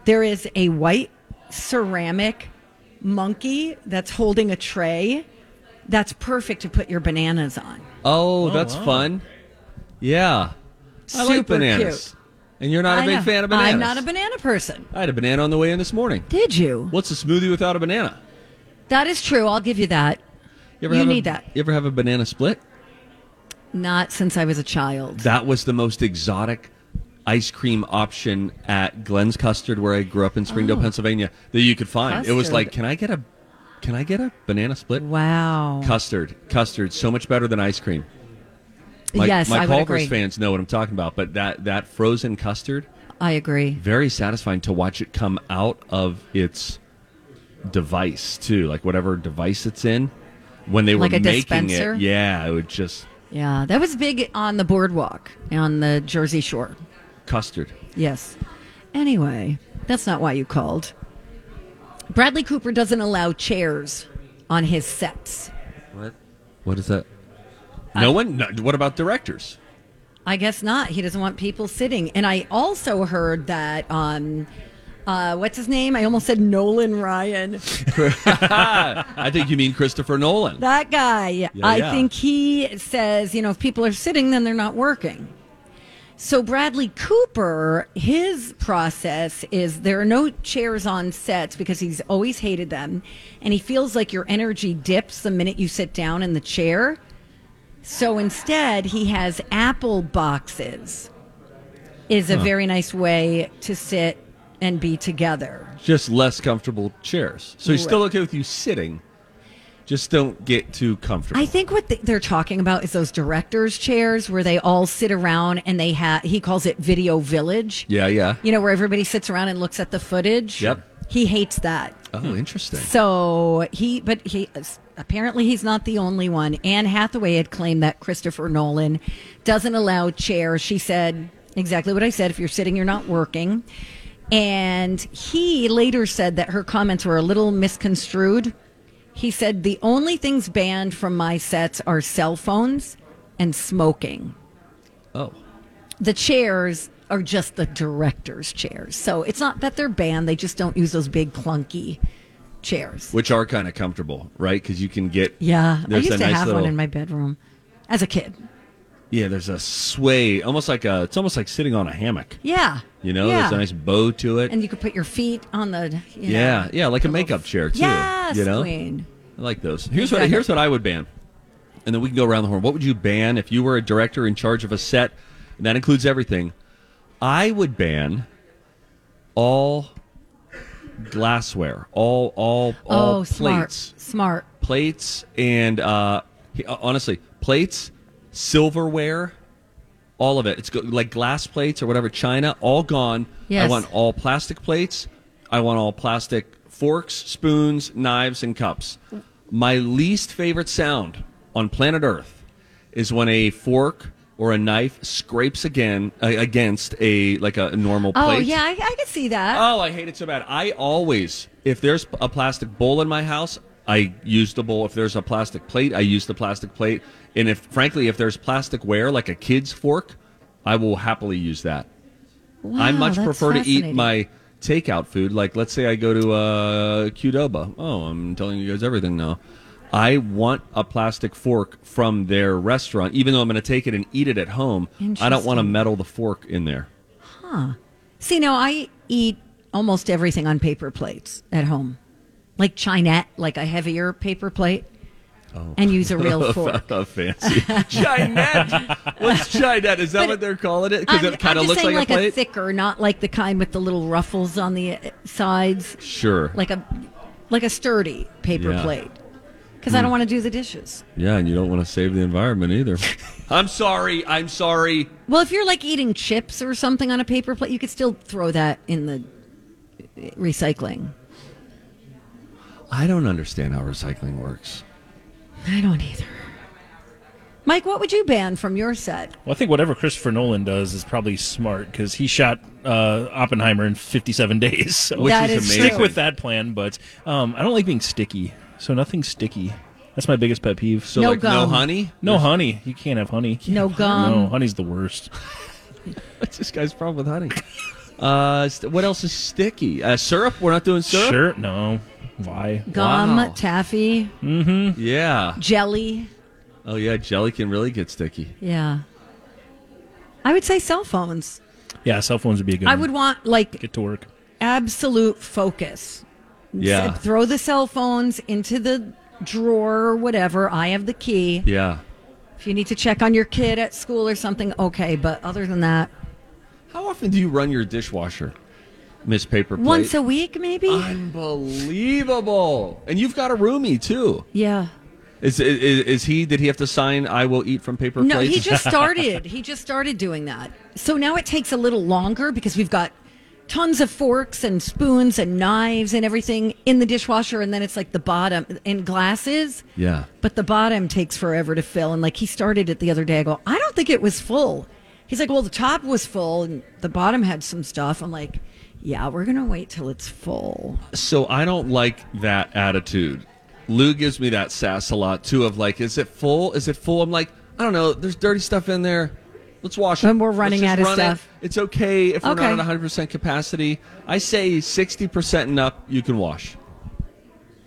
[SPEAKER 1] There is a white ceramic monkey that's holding a tray that's perfect to put your bananas on.
[SPEAKER 2] oh, that's fun. Yeah, I like
[SPEAKER 1] Super
[SPEAKER 2] bananas.
[SPEAKER 1] cute.
[SPEAKER 2] And you're not a
[SPEAKER 1] I
[SPEAKER 2] big
[SPEAKER 1] know.
[SPEAKER 2] fan of bananas.
[SPEAKER 1] I'm not a banana person.
[SPEAKER 2] I had a banana on the way in this morning.
[SPEAKER 1] Did you?
[SPEAKER 2] What's a smoothie without a banana?
[SPEAKER 1] That is true. I'll give you that.
[SPEAKER 2] You,
[SPEAKER 1] You
[SPEAKER 2] have
[SPEAKER 1] need
[SPEAKER 2] a,
[SPEAKER 1] that.
[SPEAKER 2] You ever have a banana split?
[SPEAKER 1] Not since I was a child.
[SPEAKER 2] That was the most exotic ice cream option at Glen's Custard, where I grew up in Springdale, Pennsylvania, that you could find. It was
[SPEAKER 1] Oh. Custard.
[SPEAKER 2] like, can I get a, can I get a banana split?
[SPEAKER 1] Wow.
[SPEAKER 2] Custard, custard, so much better than ice cream. My,
[SPEAKER 1] yes,
[SPEAKER 2] my
[SPEAKER 1] I would
[SPEAKER 2] Culver's
[SPEAKER 1] agree.
[SPEAKER 2] fans know what I'm talking about, but that that frozen custard,
[SPEAKER 1] I agree.
[SPEAKER 2] very satisfying to watch it come out of its device too, like whatever device it's in. When they were
[SPEAKER 1] Like a
[SPEAKER 2] making
[SPEAKER 1] dispenser?
[SPEAKER 2] it, yeah, it would just
[SPEAKER 1] Yeah, that was big on the boardwalk on the Jersey Shore.
[SPEAKER 2] custard.
[SPEAKER 1] Yes. Anyway, That's not why you called. Bradley Cooper doesn't allow chairs on his sets.
[SPEAKER 2] What? What is that? No one. No, what about directors?
[SPEAKER 1] I guess not. He doesn't want people sitting. And I also heard that um uh, what's his name? I almost said Nolan Ryan.
[SPEAKER 2] I think you mean Christopher Nolan.
[SPEAKER 1] That guy. I
[SPEAKER 2] yeah.
[SPEAKER 1] think he says, you know, if people are sitting, then they're not working. So Bradley Cooper, his process is there are no chairs on sets because he's always hated them, and he feels like your energy dips the minute you sit down in the chair. So instead, he has apple boxes. Is a very nice way to sit and be together.
[SPEAKER 2] Just less comfortable chairs. So he's still
[SPEAKER 1] Right.
[SPEAKER 2] okay with you sitting. Just don't get too comfortable.
[SPEAKER 1] I think what th- they're talking about is those directors' chairs where they all sit around and they have, he calls it video village.
[SPEAKER 2] yeah, yeah.
[SPEAKER 1] You know, where everybody sits around and looks at the footage.
[SPEAKER 2] Yep.
[SPEAKER 1] He hates that.
[SPEAKER 2] Oh, interesting.
[SPEAKER 1] So he, but he, apparently he's not the only one. Anne Hathaway had claimed that Christopher Nolan doesn't allow chairs. She said exactly what I said if you're sitting, you're not working. And he later said that her comments were a little misconstrued. He said, The only things banned from my sets are cell phones and smoking.
[SPEAKER 2] Oh.
[SPEAKER 1] The chairs are just the director's chairs. So it's not that they're banned, they just don't use those big clunky chairs.
[SPEAKER 2] Which are kind of comfortable, right? Because you can get.
[SPEAKER 1] Yeah, I
[SPEAKER 2] there's
[SPEAKER 1] used
[SPEAKER 2] a
[SPEAKER 1] to
[SPEAKER 2] nice
[SPEAKER 1] have
[SPEAKER 2] little-
[SPEAKER 1] one in my bedroom as a kid.
[SPEAKER 2] Yeah, there's a sway, almost like a. It's almost like sitting on a hammock.
[SPEAKER 1] Yeah.
[SPEAKER 2] You know,
[SPEAKER 1] yeah.
[SPEAKER 2] there's a nice bow to it.
[SPEAKER 1] and you could put your feet on the. You
[SPEAKER 2] yeah,
[SPEAKER 1] know.
[SPEAKER 2] yeah, like a makeup chair too.
[SPEAKER 1] Yes,
[SPEAKER 2] you know,
[SPEAKER 1] queen.
[SPEAKER 2] I like those. Here's what
[SPEAKER 1] Exactly.
[SPEAKER 2] here's what I would ban, and then we can go around the horn. What would you ban if you were a director in charge of a set, and that includes everything? I would ban all glassware, all all all
[SPEAKER 1] Oh, smart,
[SPEAKER 2] plates,
[SPEAKER 1] smart.
[SPEAKER 2] plates, and uh, he- honestly, plates, silverware. All of it. It's go- like glass plates or whatever, china, all gone. I
[SPEAKER 1] Yes.
[SPEAKER 2] want all plastic plates. I want all plastic forks, spoons, knives, and cups. My least favorite sound on planet Earth is when a fork or a knife scrapes again uh, against a like a normal plate.
[SPEAKER 1] Oh yeah, I, I could see that.
[SPEAKER 2] Oh, I hate it so bad. I always, if there's a plastic bowl in my house, I use the bowl. If there's a plastic plate, I use the plastic plate. And if, frankly, if there's plastic ware like a kid's fork, I will happily use that. I
[SPEAKER 1] Wow,
[SPEAKER 2] much
[SPEAKER 1] that's
[SPEAKER 2] prefer to eat
[SPEAKER 1] fascinating.
[SPEAKER 2] my takeout food. Like, let's say I go to uh, Qdoba. Oh, I'm telling you guys everything now. I want a plastic fork from their restaurant, even though I'm going to take it and eat it at home. I don't want to
[SPEAKER 1] Interesting.
[SPEAKER 2] metal the fork in there.
[SPEAKER 1] See, now I eat almost everything on paper plates at home, like chinette, like a heavier paper plate,
[SPEAKER 2] Oh.
[SPEAKER 1] and use a real fork.
[SPEAKER 2] A fancy Chinette. What's Chinette? Is that
[SPEAKER 1] But-
[SPEAKER 2] what they're calling it? Because
[SPEAKER 1] I'm,
[SPEAKER 2] it
[SPEAKER 1] I'm
[SPEAKER 2] kind of
[SPEAKER 1] just
[SPEAKER 2] looks
[SPEAKER 1] saying,
[SPEAKER 2] like,
[SPEAKER 1] like,
[SPEAKER 2] a plate.
[SPEAKER 1] thicker, not like the kind with the little ruffles on the uh, sides,
[SPEAKER 2] sure.
[SPEAKER 1] like a like a sturdy paper
[SPEAKER 2] Yeah. Mm.
[SPEAKER 1] plate. Because I don't want to do the dishes.
[SPEAKER 2] yeah, and you don't want to save the environment either. I'm sorry. I'm sorry.
[SPEAKER 1] Well, if you're like eating chips or something on a paper plate, you could still throw that in the uh, recycling.
[SPEAKER 2] I don't understand how recycling works.
[SPEAKER 1] I don't either. Mike, what would you ban from your set?
[SPEAKER 3] Well, I think whatever Christopher Nolan does is probably smart because he shot uh, Oppenheimer in 57 days. So
[SPEAKER 2] Which
[SPEAKER 1] That
[SPEAKER 2] is
[SPEAKER 1] is
[SPEAKER 2] amazing.
[SPEAKER 3] stick with that plan, but um, I don't like being sticky, so nothing sticky. That's my biggest pet peeve.
[SPEAKER 2] So
[SPEAKER 1] No
[SPEAKER 2] like
[SPEAKER 1] gum.
[SPEAKER 2] no honey.
[SPEAKER 3] no honey. You can't have honey.
[SPEAKER 1] No gum.
[SPEAKER 3] No, honey's the worst.
[SPEAKER 2] What's this guy's problem with honey? Uh, st- what else is sticky? Uh, syrup. We're not doing syrup.
[SPEAKER 3] Sure. No. Why?
[SPEAKER 1] Gum,
[SPEAKER 2] Wow.
[SPEAKER 1] taffy,
[SPEAKER 2] Yeah.
[SPEAKER 1] jelly.
[SPEAKER 2] Oh yeah, jelly can really get sticky.
[SPEAKER 1] Yeah. I would say cell phones.
[SPEAKER 3] Yeah, cell phones would be a good.
[SPEAKER 1] I
[SPEAKER 2] Mm.
[SPEAKER 3] one.
[SPEAKER 1] would want like
[SPEAKER 3] get to work.
[SPEAKER 1] absolute focus.
[SPEAKER 2] Yeah.
[SPEAKER 1] S- Throw the cell phones into the drawer or whatever. I have the key.
[SPEAKER 2] Yeah.
[SPEAKER 1] If you need to check on your kid at school or something, okay. But other than that,
[SPEAKER 2] How often do you run your dishwasher, Miss Paper Plate?
[SPEAKER 1] once a week maybe?
[SPEAKER 2] Unbelievable! And you've got a roomie too.
[SPEAKER 1] yeah.
[SPEAKER 2] Is, is is he? Did he have to sign? I will eat from paper
[SPEAKER 1] No,
[SPEAKER 2] plates.
[SPEAKER 1] he just started. he just started doing that. So now it takes a little longer because we've got tons of forks and spoons and knives and everything in the dishwasher, and then it's like the bottom and glasses.
[SPEAKER 2] Yeah.
[SPEAKER 1] But the bottom takes forever to fill. And like he started it the other day. I go, I don't think it was full. He's like, well, the top was full and the bottom had some stuff. I'm like, yeah, we're gonna wait till it's full.
[SPEAKER 2] So I don't like that attitude. Lou gives me that sass a lot too of like, is it full? Is it full? I'm like, I don't know. There's dirty stuff in there. Let's wash it.
[SPEAKER 1] And we're running
[SPEAKER 2] Let's
[SPEAKER 1] out of
[SPEAKER 2] just run it.
[SPEAKER 1] stuff.
[SPEAKER 2] It's okay if we're
[SPEAKER 1] Okay.
[SPEAKER 2] not at 100% capacity. I say 60% and up, you can wash.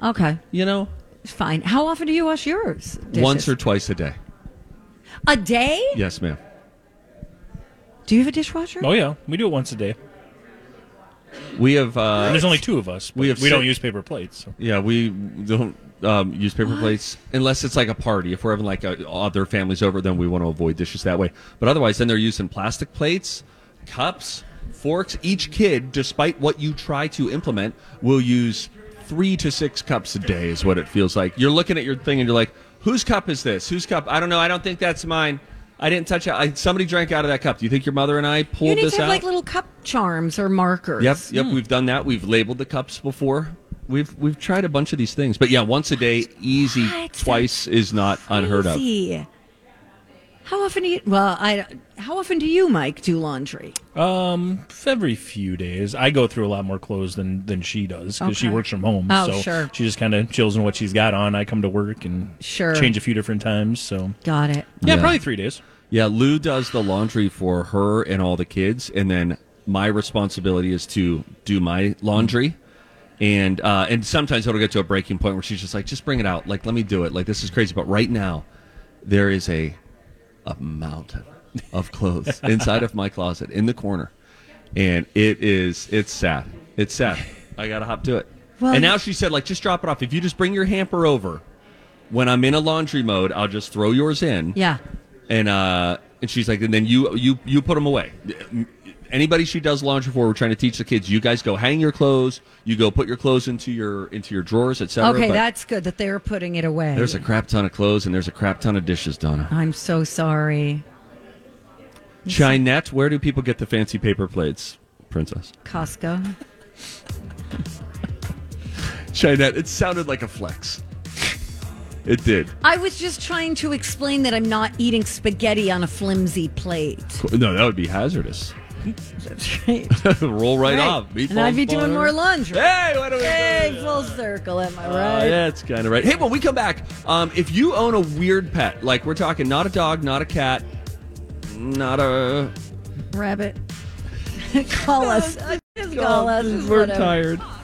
[SPEAKER 1] Okay,
[SPEAKER 2] You know,
[SPEAKER 1] fine. How often do you wash yours? Dishes?
[SPEAKER 2] once or twice a day.
[SPEAKER 1] a day?
[SPEAKER 2] Yes, ma'am.
[SPEAKER 1] Do you have a dishwasher?
[SPEAKER 3] Oh yeah, we do it once a day.
[SPEAKER 2] We have. Uh,
[SPEAKER 3] And there's only two of us.
[SPEAKER 2] we
[SPEAKER 3] We
[SPEAKER 2] have
[SPEAKER 3] we don't
[SPEAKER 2] six-
[SPEAKER 3] use paper plates. So.
[SPEAKER 2] Yeah, we don't um, use paper plates unless it's like a party. If we're having like a, other families over, then we want to avoid dishes that way. But otherwise, then they're using plastic plates, cups, forks. Each kid, despite what you try to implement, will use three to six cups a day. Is what it feels like. You're looking at your thing and you're like, "Whose cup is this? Whose cup? I don't know. I don't think that's mine." I didn't touch it. I, somebody drank out of that cup. Do you think your mother and I pulled
[SPEAKER 1] You need
[SPEAKER 2] this
[SPEAKER 1] to have
[SPEAKER 2] out?
[SPEAKER 1] like little cup charms or markers.
[SPEAKER 2] Yep, yep. We've done that. We've labeled the cups before. We've we've tried a bunch of these things, but yeah, once a day, easy.
[SPEAKER 1] What?
[SPEAKER 2] Twice is not unheard of.
[SPEAKER 1] Easy. How often do you? Well, I. How often do you, Mike, do laundry?
[SPEAKER 3] Um, every few days, I go through a lot more clothes than than she does because she
[SPEAKER 1] Okay.
[SPEAKER 3] works from home.
[SPEAKER 1] Oh,
[SPEAKER 3] so
[SPEAKER 1] sure.
[SPEAKER 3] She just kind of chills in what she's got on. I come to work and
[SPEAKER 1] Sure.
[SPEAKER 3] change a few different times. So
[SPEAKER 1] Got it.
[SPEAKER 3] yeah,
[SPEAKER 2] Yeah.
[SPEAKER 3] probably three days.
[SPEAKER 2] Yeah, Lou does the laundry for her and all the kids, and then my responsibility is to do my laundry. And uh, and sometimes it'll get to a breaking point where she's just like, just bring it out. Like, let me do it. Like, this is crazy. But right now, there is a a mountain of clothes inside of my closet in the corner, and it is it's sad. It's sad. I gotta hop to it.
[SPEAKER 1] Well,
[SPEAKER 2] and now
[SPEAKER 1] you-
[SPEAKER 2] she said, like, just drop it off. If you just bring your hamper over, when I'm in a laundry mode, I'll just throw yours in
[SPEAKER 1] Yeah.
[SPEAKER 2] and uh, and she's like, and then you you you put them away. Anybody she does laundry for, we're trying to teach the kids. You guys go hang your clothes. You go put your clothes into your into your drawers, etc.
[SPEAKER 1] Okay, that's good that they're putting it away.
[SPEAKER 2] there's a crap ton of clothes and there's a crap ton of dishes, Donna.
[SPEAKER 1] I'm so sorry.
[SPEAKER 2] Chinette, where do people get the fancy paper plates, princess?
[SPEAKER 1] Costco.
[SPEAKER 2] Chinette, it sounded like a flex. It did.
[SPEAKER 1] I was just trying to explain that I'm not eating spaghetti on a flimsy plate.
[SPEAKER 2] No, that would be hazardous.
[SPEAKER 1] That's right.
[SPEAKER 2] Roll right,
[SPEAKER 1] Right.
[SPEAKER 2] off.
[SPEAKER 1] And I'd be
[SPEAKER 2] Meatballs falling
[SPEAKER 1] doing more
[SPEAKER 2] over.
[SPEAKER 1] laundry.
[SPEAKER 2] Hey, what are we doing?
[SPEAKER 1] Hey, full circle, am I
[SPEAKER 2] Uh,
[SPEAKER 1] right?
[SPEAKER 2] yeah, that's kind of right. Hey, when we come back, um, if you own a weird pet, like we're talking not a dog, not a cat, not a.
[SPEAKER 1] Rabbit. call us. Just call us.
[SPEAKER 2] we're
[SPEAKER 1] whatever.
[SPEAKER 2] tired.